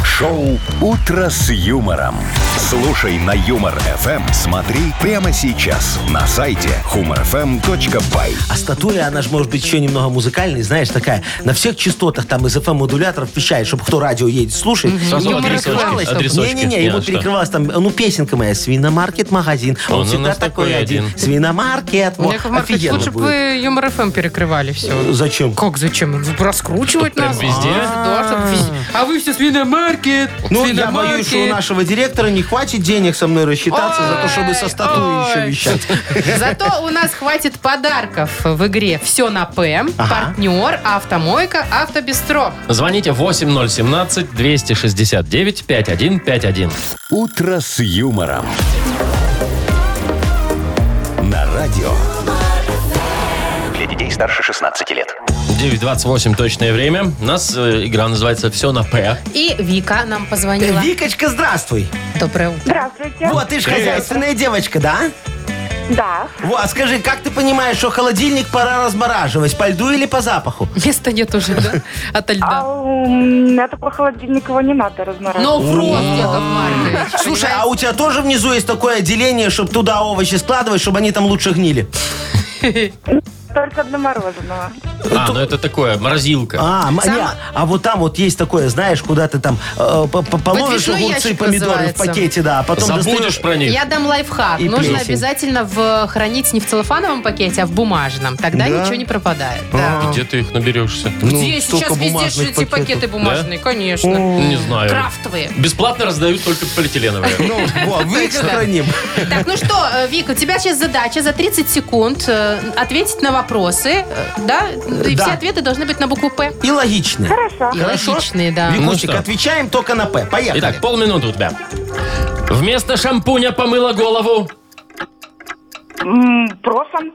[SPEAKER 1] Шоу «Утро с юмором». Слушай на Юмор ФМ. Смотри прямо сейчас на сайте humorfm.by.
[SPEAKER 4] А статуя, она же может быть еще немного музыкальной, знаешь, такая. На всех частотах там из FM-модуляторов вещает, чтобы кто радио едет, слушай.
[SPEAKER 2] Сразу
[SPEAKER 4] И
[SPEAKER 2] адресочки,
[SPEAKER 4] прикрывалась там.
[SPEAKER 2] адресочки.
[SPEAKER 4] Не-не-не,
[SPEAKER 2] Не,
[SPEAKER 4] ему
[SPEAKER 2] а что?
[SPEAKER 4] перекрывалась там, ну, песенка моя, свиномаркет магазин.
[SPEAKER 2] Он
[SPEAKER 4] Он
[SPEAKER 2] у
[SPEAKER 4] всегда
[SPEAKER 2] нас такой
[SPEAKER 4] такой один.
[SPEAKER 2] один.
[SPEAKER 4] Свиномаркет. Во,
[SPEAKER 3] Яков Маркович,
[SPEAKER 4] офигенно
[SPEAKER 3] лучше бы
[SPEAKER 4] будет.
[SPEAKER 3] вы Юмор
[SPEAKER 2] эм
[SPEAKER 3] ФМ перекрывали все.
[SPEAKER 4] Зачем?
[SPEAKER 3] Как зачем? Вы Раскручивать
[SPEAKER 2] Прям
[SPEAKER 3] нас?
[SPEAKER 2] везде?
[SPEAKER 3] Да, чтоб везде. А вы все свиномаркет,
[SPEAKER 4] Ну, я боюсь, что у
[SPEAKER 3] свиномаркет.
[SPEAKER 4] нашего директора не хватит денег со мной рассчитаться за то, чтобы со
[SPEAKER 3] Ой,
[SPEAKER 4] статуей
[SPEAKER 3] ой.
[SPEAKER 4] еще вещать.
[SPEAKER 3] Зато у нас хватит подарков в игре «Все на П». Партнер, автомойка, автобестро.
[SPEAKER 2] Звоните 8017-269-5151.
[SPEAKER 1] «Утро с юмором». На радио
[SPEAKER 5] Для детей старше 16 лет.
[SPEAKER 2] 9.28 точное время. У нас э, игра называется «Все на П».
[SPEAKER 3] И Вика нам позвонила.
[SPEAKER 4] Викочка, здравствуй.
[SPEAKER 3] Доброе утро.
[SPEAKER 7] Здравствуйте.
[SPEAKER 4] Вот, ты же хозяйственная девочка, да?
[SPEAKER 7] Да.
[SPEAKER 4] Вот, скажи, как ты понимаешь, что холодильник пора размораживать? По льду или по запаху?
[SPEAKER 3] Места нет уже, да? Ото
[SPEAKER 7] А
[SPEAKER 3] льда.
[SPEAKER 7] у меня такой холодильник, его не надо размораживать.
[SPEAKER 3] Но фрост, Яков Маркович.
[SPEAKER 4] Слушай, а у тебя тоже внизу есть такое отделение, чтобы туда овощи складывать, чтобы они там лучше гнили?
[SPEAKER 7] Только для мороженого.
[SPEAKER 2] А, ну это такое, морозилка.
[SPEAKER 4] А, м-
[SPEAKER 3] Сам-
[SPEAKER 4] не, а вот там вот есть такое, знаешь, куда ты там э, по- по- положишь
[SPEAKER 3] Выдвижной
[SPEAKER 4] огурцы и
[SPEAKER 3] ящик
[SPEAKER 4] помидоры
[SPEAKER 3] называется.
[SPEAKER 4] в пакете, да, а потом
[SPEAKER 2] Забудешь
[SPEAKER 4] достаешь-
[SPEAKER 2] про них.
[SPEAKER 3] Я дам лайфхак.
[SPEAKER 4] И
[SPEAKER 3] Нужно
[SPEAKER 4] плесень.
[SPEAKER 3] обязательно в, хранить не в целлофановом пакете, а в бумажном. Тогда ничего не пропадает. Да.
[SPEAKER 2] Где ты их наберешься?
[SPEAKER 3] Где
[SPEAKER 4] А, ну, столько
[SPEAKER 3] сейчас везде
[SPEAKER 4] бумажных
[SPEAKER 3] же эти пакеты
[SPEAKER 4] пакетов.
[SPEAKER 3] бумажные? Конечно.
[SPEAKER 2] Не
[SPEAKER 4] Эм.
[SPEAKER 2] знаю.
[SPEAKER 3] Крафтовые.
[SPEAKER 2] Бесплатно раздают только полиэтиленовые.
[SPEAKER 4] [LAUGHS] Ну,
[SPEAKER 3] [LAUGHS]
[SPEAKER 4] во, мы их храним.
[SPEAKER 3] Так, ну что, э, Вика, у тебя сейчас задача за 30 секунд э, ответить на вопросы, э, да? И
[SPEAKER 4] Да.
[SPEAKER 3] все ответы должны быть на букву «П».
[SPEAKER 4] И логично.
[SPEAKER 7] Хорошо.
[SPEAKER 3] И логичные, да.
[SPEAKER 2] Ну
[SPEAKER 4] Викусик,
[SPEAKER 2] что?
[SPEAKER 4] отвечаем только на П. Поехали.
[SPEAKER 2] Итак, полминуты у тебя. Вместо шампуня помыла голову.
[SPEAKER 7] М, Просом,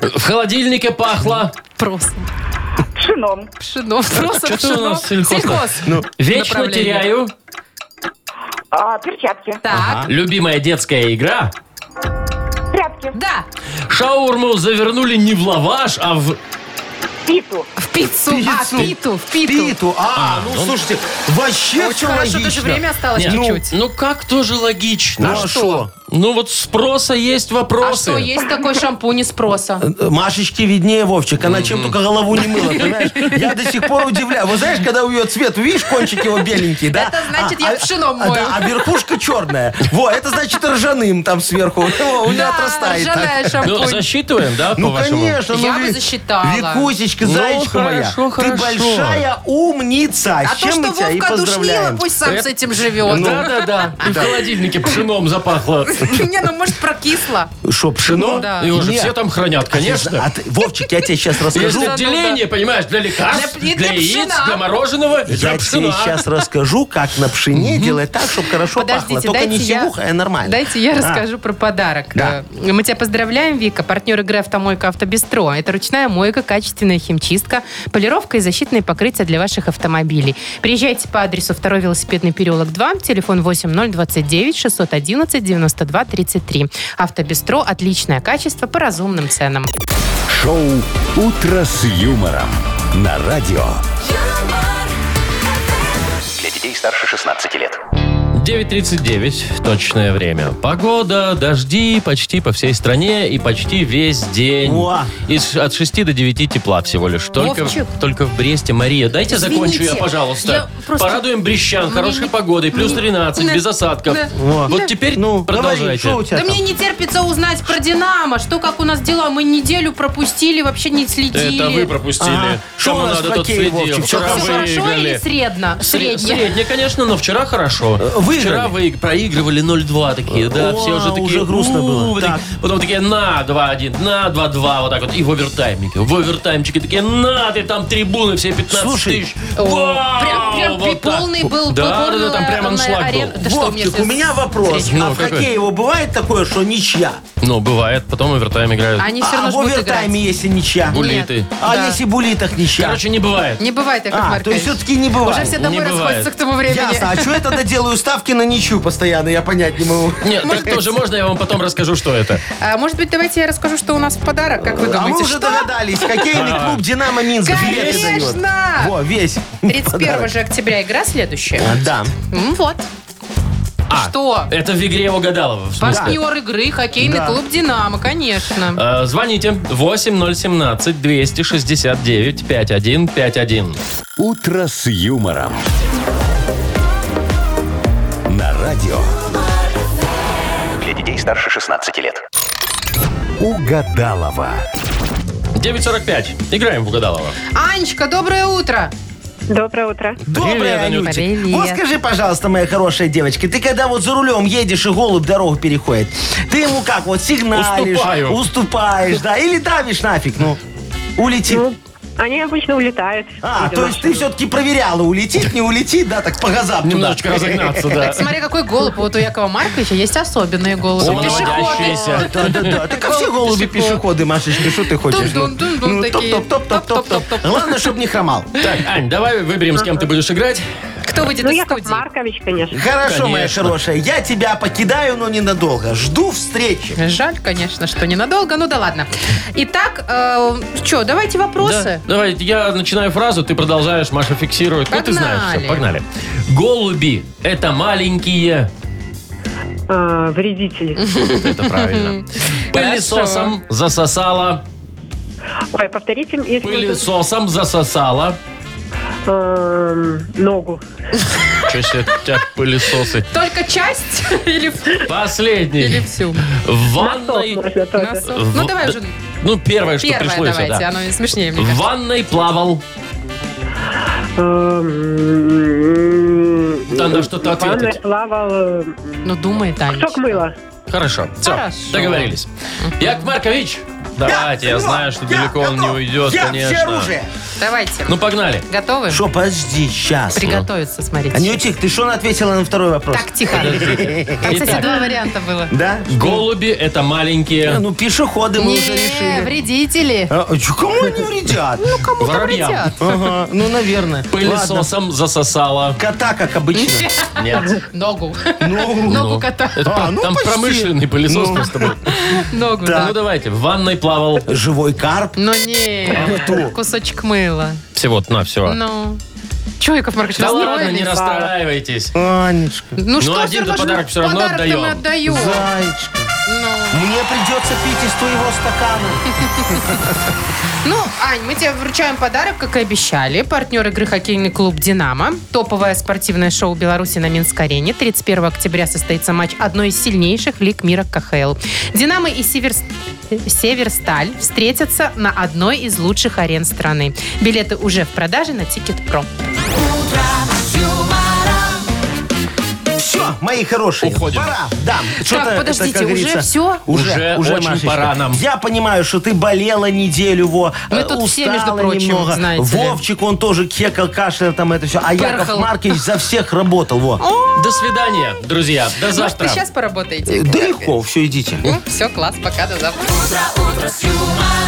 [SPEAKER 2] В холодильнике пахло.
[SPEAKER 3] Просто.
[SPEAKER 7] шином,
[SPEAKER 3] Пшенов. Просто
[SPEAKER 2] Что-то у
[SPEAKER 3] пшенов.
[SPEAKER 2] нас сельхоз.
[SPEAKER 4] Ну,
[SPEAKER 2] Вечно
[SPEAKER 3] Направление.
[SPEAKER 2] теряю.
[SPEAKER 7] а, перчатки,
[SPEAKER 3] Так.
[SPEAKER 2] Любимая детская игра.
[SPEAKER 7] прятки,
[SPEAKER 3] Да,
[SPEAKER 2] Шаурму завернули не в лаваш, а в...
[SPEAKER 7] питу.
[SPEAKER 3] в пиццу. А, в питу, в питу.
[SPEAKER 4] Питу. А,
[SPEAKER 2] А,
[SPEAKER 4] ну,
[SPEAKER 2] ну.
[SPEAKER 4] слушайте, вообще
[SPEAKER 3] Очень
[SPEAKER 4] все
[SPEAKER 3] хорошо,
[SPEAKER 4] логично.
[SPEAKER 3] даже время осталось
[SPEAKER 2] Не,
[SPEAKER 3] чуть-чуть.
[SPEAKER 2] Ну, ну как тоже логично.
[SPEAKER 4] А Ну, а что?
[SPEAKER 2] Ну вот спроса есть
[SPEAKER 4] Ну,
[SPEAKER 3] а
[SPEAKER 2] вопросы.
[SPEAKER 3] что, есть такой шампунь из спроса?
[SPEAKER 4] Э, Машечке виднее, Вовчик. Она чем только голову не мыла, понимаешь? Я до сих пор удивляю. Вот знаешь, когда у ее цвет, видишь, кончик его беленький, да?
[SPEAKER 3] Это значит, я пшеном
[SPEAKER 4] а-
[SPEAKER 3] мою.
[SPEAKER 4] да, а верхушка черная. Во, это значит ржаным там сверху. Во, У меня
[SPEAKER 3] Да,
[SPEAKER 4] отрастает. так.
[SPEAKER 3] ржаная
[SPEAKER 2] Ну,
[SPEAKER 3] шампунь.
[SPEAKER 2] засчитываем, да,
[SPEAKER 4] Ну,
[SPEAKER 2] по-вашему?
[SPEAKER 4] конечно.
[SPEAKER 3] Я
[SPEAKER 4] ну,
[SPEAKER 3] бы
[SPEAKER 4] Ви-
[SPEAKER 3] засчитала.
[SPEAKER 4] Викусечка,
[SPEAKER 2] Ну,
[SPEAKER 4] зайчка моя.
[SPEAKER 2] хорошо,
[SPEAKER 4] Ты
[SPEAKER 2] хорошо.
[SPEAKER 4] большая умница.
[SPEAKER 3] А
[SPEAKER 4] С
[SPEAKER 3] то,
[SPEAKER 4] чем
[SPEAKER 3] что
[SPEAKER 4] мы тебя и
[SPEAKER 3] Вовка душнила,
[SPEAKER 4] поздравляем. Ну,
[SPEAKER 3] пусть сам с этим живет.
[SPEAKER 2] Да-да-да. И в холодильнике пшеном запахло.
[SPEAKER 3] [LAUGHS] Не, ну может прокисло.
[SPEAKER 4] Что, пшено?
[SPEAKER 3] Ну да.
[SPEAKER 2] Ну И уже
[SPEAKER 4] Нет.
[SPEAKER 2] все там хранят,
[SPEAKER 4] А
[SPEAKER 2] конечно.
[SPEAKER 4] ты- Вовчик, я тебе сейчас расскажу.
[SPEAKER 2] Есть
[SPEAKER 4] Ну
[SPEAKER 2] отделение, понимаешь, для лекарств,
[SPEAKER 3] Для- и
[SPEAKER 2] для,
[SPEAKER 3] для
[SPEAKER 2] яиц,
[SPEAKER 3] пшена.
[SPEAKER 2] для мороженого, и для
[SPEAKER 4] Я тебе
[SPEAKER 2] пшена.
[SPEAKER 4] сейчас расскажу, как на пшене делать так, чтобы хорошо пахло.
[SPEAKER 3] Подождите,
[SPEAKER 4] Только
[SPEAKER 3] дайте
[SPEAKER 4] не
[SPEAKER 3] я,
[SPEAKER 4] сивуха, а нормально.
[SPEAKER 3] дайте я
[SPEAKER 4] А.
[SPEAKER 3] расскажу про подарок.
[SPEAKER 4] Да.
[SPEAKER 3] Э, Мы тебя поздравляем, Вика, партнер игры «Автомойка Автобестро». Это ручная мойка, качественная химчистка, полировка и защитные покрытия для ваших автомобилей. Приезжайте по адресу 2 велосипедный переулок 2, телефон 8029 611 92 495-92-33. Автобестро – отличное качество по разумным ценам.
[SPEAKER 1] Шоу «Утро с юмором» на радио.
[SPEAKER 5] Для детей старше 16 лет.
[SPEAKER 2] 9.39, точное время. Погода, дожди почти по всей стране и почти весь день.
[SPEAKER 4] Уа.
[SPEAKER 2] Из, от 6 до 9 тепла всего лишь. Только,
[SPEAKER 3] Вовчик.
[SPEAKER 2] только в Бресте. Мария, дайте
[SPEAKER 3] Извините,
[SPEAKER 2] закончу я, пожалуйста.
[SPEAKER 3] я просто-
[SPEAKER 2] Порадуем брещан
[SPEAKER 3] Мне
[SPEAKER 2] хорошей
[SPEAKER 3] не-
[SPEAKER 2] погодой, плюс
[SPEAKER 3] мне-
[SPEAKER 2] 13,
[SPEAKER 3] Да.
[SPEAKER 2] без осадков.
[SPEAKER 3] Да.
[SPEAKER 4] Во.
[SPEAKER 2] Вот теперь
[SPEAKER 4] Ну, говори,
[SPEAKER 2] продолжайте.
[SPEAKER 4] что у тебя
[SPEAKER 3] Да
[SPEAKER 4] там?
[SPEAKER 3] мне не терпится узнать про «Динамо», что, как у нас дела. Мы неделю пропустили, вообще не следили.
[SPEAKER 2] Это вы пропустили.
[SPEAKER 4] Ага. Что
[SPEAKER 2] Кому
[SPEAKER 4] А, у нас
[SPEAKER 2] надо,
[SPEAKER 4] в
[SPEAKER 2] тот
[SPEAKER 4] хоккее,
[SPEAKER 2] следил.
[SPEAKER 4] Вовчик? Всё
[SPEAKER 2] Вчера
[SPEAKER 3] Все хорошо или
[SPEAKER 2] выиграли.
[SPEAKER 3] средно?
[SPEAKER 2] Средняя,
[SPEAKER 3] Средне.
[SPEAKER 2] конечно, но вчера хорошо.
[SPEAKER 4] выиграли.
[SPEAKER 2] Вчера вы проигрывали 0-2 такие, да,
[SPEAKER 4] О,
[SPEAKER 2] все уже такие.
[SPEAKER 4] уже грустно
[SPEAKER 2] «У-у-у»,
[SPEAKER 4] было.
[SPEAKER 2] вот такие.
[SPEAKER 4] Так.
[SPEAKER 2] потом такие, на, 2-1, на, 2-2, вот так вот. И в овертаймике. В овертаймчике такие, на, ты там трибуны все 15
[SPEAKER 4] Слушай,
[SPEAKER 2] тысяч.
[SPEAKER 3] О,
[SPEAKER 2] Вау,
[SPEAKER 3] прям, прям
[SPEAKER 2] вот так.
[SPEAKER 3] полный был э,
[SPEAKER 2] Да, да, да, там прям
[SPEAKER 3] прям
[SPEAKER 2] аншлаг был.
[SPEAKER 4] Вовчик, у меня вопрос.
[SPEAKER 2] Ну,
[SPEAKER 4] а в
[SPEAKER 2] какой?
[SPEAKER 4] хоккее его бывает такое, что ничья?
[SPEAKER 2] Ну, бывает, потом овертайм играют.
[SPEAKER 3] Они все
[SPEAKER 4] А
[SPEAKER 3] равно
[SPEAKER 4] в
[SPEAKER 3] ждут играть.
[SPEAKER 4] овертайме, если ничья?
[SPEAKER 2] Булиты.
[SPEAKER 4] А
[SPEAKER 3] Да.
[SPEAKER 4] если булитах ничья?
[SPEAKER 2] Короче, не бывает.
[SPEAKER 3] Не бывает, Яков
[SPEAKER 4] а, то
[SPEAKER 3] Маркович.
[SPEAKER 4] есть все-таки не бывает.
[SPEAKER 3] Уже все
[SPEAKER 2] Не
[SPEAKER 3] домой
[SPEAKER 2] бывает.
[SPEAKER 3] расходятся к тому времени.
[SPEAKER 4] Ясно. А что я тогда делаю ставки на ничью постоянно? Я понять не могу.
[SPEAKER 2] Нет, так тоже можно, я вам потом расскажу, что это.
[SPEAKER 3] А, может быть, давайте я расскажу, что у нас в подарок, как вы
[SPEAKER 4] А
[SPEAKER 3] [LAUGHS] думаете?
[SPEAKER 4] мы уже
[SPEAKER 3] что?
[SPEAKER 4] догадались. Хоккейный клуб «Динамо Минск» билеты дает.
[SPEAKER 3] Конечно!
[SPEAKER 4] Во, весь.
[SPEAKER 3] 31 же октября игра следующая.
[SPEAKER 4] А, Да. Э,
[SPEAKER 3] М, Вот.
[SPEAKER 2] А,
[SPEAKER 3] Что?
[SPEAKER 2] Это в игре его гадалова. в смысле.
[SPEAKER 3] Партнер игры, хоккейный
[SPEAKER 4] Да.
[SPEAKER 3] клуб «Динамо», конечно.
[SPEAKER 2] Э, Звоните 8017 269 5151.
[SPEAKER 1] «Утро с юмором». На радио
[SPEAKER 5] Для детей старше 16 лет.
[SPEAKER 1] «Угадалова».
[SPEAKER 2] 9.45. Играем в угадалово.
[SPEAKER 4] Э.
[SPEAKER 3] Анечка, доброе утро.
[SPEAKER 7] Доброе утро.
[SPEAKER 2] Привет,
[SPEAKER 4] Доброе,
[SPEAKER 2] Анютик.
[SPEAKER 4] Анютик.
[SPEAKER 3] Привет.
[SPEAKER 4] Вот скажи, пожалуйста, моя хорошая девочка, ты когда вот за рулем едешь и голубь дорогу переходит, ты ему как, вот сигналишь,
[SPEAKER 2] Уступаю.
[SPEAKER 4] уступаешь, да, или давишь нафиг, ну, улетит.
[SPEAKER 3] Ну,
[SPEAKER 7] Ну, Они обычно улетают.
[SPEAKER 4] а, то есть ты все-таки проверяла, улетит, не улетит, да, так по газам туда.
[SPEAKER 2] Немножечко разогнаться, да.
[SPEAKER 3] Так смотри, какой голубь. Вот у Якова Марковича есть особенные голуби.
[SPEAKER 2] О, наводящиеся.
[SPEAKER 4] [LAUGHS] Да, да, да. Так а все
[SPEAKER 3] Пешеход.
[SPEAKER 4] голуби пешеходы, Машечка, что ты хочешь? ну?
[SPEAKER 3] Тун-тун-тун-тун
[SPEAKER 4] Ну,
[SPEAKER 3] такие. Топ-топ-топ-топ.
[SPEAKER 4] топ-топ-топ-топ-топ. Главное, чтобы не хромал.
[SPEAKER 2] Так, Ань, давай выберем, с кем ты будешь играть.
[SPEAKER 3] Кто выйдет
[SPEAKER 7] Ну,
[SPEAKER 3] из
[SPEAKER 7] Яков
[SPEAKER 3] студии?
[SPEAKER 7] Маркович, конечно.
[SPEAKER 4] Хорошо, моя
[SPEAKER 2] Конечно.
[SPEAKER 4] хорошая, я тебя покидаю, но ненадолго. Жду встречи.
[SPEAKER 3] Э, Жаль, конечно, что ненадолго. Ну да ладно. Итак, что, давайте
[SPEAKER 2] Да.
[SPEAKER 3] вопросы.
[SPEAKER 2] Давай, я начинаю фразу, ты продолжаешь, Маша фиксирует. Ну, ты знаешь всё,
[SPEAKER 3] Погнали.
[SPEAKER 2] погнали. Голуби – это маленькие.
[SPEAKER 7] А, вредители.
[SPEAKER 2] Это правильно. Пылесосом засосала.
[SPEAKER 7] Ой, повторите, если вы
[SPEAKER 2] Пылесосом засосала.
[SPEAKER 7] тут, эм, ногу.
[SPEAKER 2] Че себе у тебя пылесосы?
[SPEAKER 3] Только часть [LAUGHS] или, или
[SPEAKER 2] Последний.
[SPEAKER 3] всю?
[SPEAKER 2] В
[SPEAKER 7] Носок
[SPEAKER 2] ванной...
[SPEAKER 7] можно тоже.
[SPEAKER 3] Носок?
[SPEAKER 2] Э, В-
[SPEAKER 3] Ну давай уже
[SPEAKER 2] Ну, первое, что
[SPEAKER 3] первое
[SPEAKER 2] пришло.
[SPEAKER 3] давайте,
[SPEAKER 2] да.
[SPEAKER 3] оно смешнее мне
[SPEAKER 2] В
[SPEAKER 3] кажется.
[SPEAKER 2] ванной плавал.
[SPEAKER 7] Эм,
[SPEAKER 2] Да, да, что-то
[SPEAKER 7] в ванной
[SPEAKER 2] ответить.
[SPEAKER 7] плавал эм,
[SPEAKER 3] Ну думай, Таня.
[SPEAKER 7] сок мыла.
[SPEAKER 2] Хорошо. Все,
[SPEAKER 3] Хорошо.
[SPEAKER 2] договорились. Яков Маркович, давайте, я
[SPEAKER 4] Всё,
[SPEAKER 2] знаю, что далеко он не
[SPEAKER 4] готов.
[SPEAKER 2] уйдет,
[SPEAKER 4] я
[SPEAKER 2] конечно.
[SPEAKER 4] все оружие.
[SPEAKER 3] Давайте.
[SPEAKER 2] Ну, погнали.
[SPEAKER 3] Готовы?
[SPEAKER 4] Что, подожди, сейчас.
[SPEAKER 3] Приготовиться, смотрите.
[SPEAKER 4] Анютик, ты что ответила на второй вопрос?
[SPEAKER 3] Так, тихо. Там, кстати,
[SPEAKER 2] Итак.
[SPEAKER 3] два варианта было.
[SPEAKER 4] Да?
[SPEAKER 2] Голуби – это
[SPEAKER 4] Э,
[SPEAKER 2] маленькие.
[SPEAKER 4] Ну, пешеходы мы
[SPEAKER 3] Не,
[SPEAKER 4] уже решили.
[SPEAKER 3] вредители.
[SPEAKER 4] А, а чё, Кому они вредят?
[SPEAKER 3] Кому-то
[SPEAKER 2] Воробьям.
[SPEAKER 3] вредят.
[SPEAKER 4] Ага, ну, наверное. Ладно.
[SPEAKER 2] Пылесосом засосала.
[SPEAKER 4] Кота, как обычно.
[SPEAKER 3] [LAUGHS]
[SPEAKER 2] Нет.
[SPEAKER 3] Ногу.
[SPEAKER 4] Ну,
[SPEAKER 3] Ногу кота.
[SPEAKER 2] Это
[SPEAKER 4] А,
[SPEAKER 2] по-
[SPEAKER 4] ну,
[SPEAKER 2] там
[SPEAKER 4] почти.
[SPEAKER 2] промышленный пылесос
[SPEAKER 4] Ну.
[SPEAKER 2] просто был.
[SPEAKER 3] Ногу,
[SPEAKER 2] Ну,
[SPEAKER 3] да.
[SPEAKER 2] давайте. В ванной плавал
[SPEAKER 4] живой карп.
[SPEAKER 3] Ну
[SPEAKER 2] А
[SPEAKER 3] не, кусочек мыла.
[SPEAKER 2] всего-то на все.
[SPEAKER 3] Ну. Че, Яков Маркович,
[SPEAKER 2] Да ладно, не
[SPEAKER 3] расстроились?
[SPEAKER 2] расстраивайтесь.
[SPEAKER 4] Анечка,
[SPEAKER 3] Ну что,
[SPEAKER 2] один-то
[SPEAKER 3] всё равно же
[SPEAKER 2] подарок всё равно
[SPEAKER 3] подарок-то
[SPEAKER 2] отдаем.
[SPEAKER 3] мы отдаем.
[SPEAKER 4] зайчка.
[SPEAKER 3] Ну.
[SPEAKER 4] Мне придется пить из твоего стакана.
[SPEAKER 3] Ну, Ань, мы тебе вручаем подарок, как и обещали. Партнер игры хоккейный клуб «Динамо». Топовое спортивное шоу Беларуси на Минск-арене. 31 октября состоится матч одной из сильнейших лиг мира КХЛ. «Динамо» и «Северс- «Северсталь» встретятся на одной из лучших арен страны. Билеты уже в продаже на Тикет.Про.
[SPEAKER 4] Все, мои хорошие,
[SPEAKER 2] Уходим.
[SPEAKER 4] пора. Да, что-то, это,
[SPEAKER 3] подождите,
[SPEAKER 4] как
[SPEAKER 3] уже
[SPEAKER 4] говорится,
[SPEAKER 3] всё?
[SPEAKER 2] Уже
[SPEAKER 4] Уже, уже,
[SPEAKER 2] очень
[SPEAKER 4] Машечка.
[SPEAKER 2] пора нам.
[SPEAKER 4] Я понимаю, что ты болела неделю, во,
[SPEAKER 3] Мы
[SPEAKER 4] э,
[SPEAKER 3] тут все, между
[SPEAKER 4] устала
[SPEAKER 3] прочим,
[SPEAKER 4] немного.
[SPEAKER 3] знаете ли.
[SPEAKER 4] Вовчик, он тоже кекал, кашлял, там это все. А
[SPEAKER 3] Перхал.
[SPEAKER 4] Яков Маркович за всех работал, во.
[SPEAKER 2] До свидания, друзья. До
[SPEAKER 3] Может,
[SPEAKER 2] завтра.
[SPEAKER 3] вы сейчас поработаете?
[SPEAKER 4] Э, Да легко, все, Э, идите.
[SPEAKER 3] Ну, все, класс, пока, до завтра.
[SPEAKER 8] утро, утро с юмором.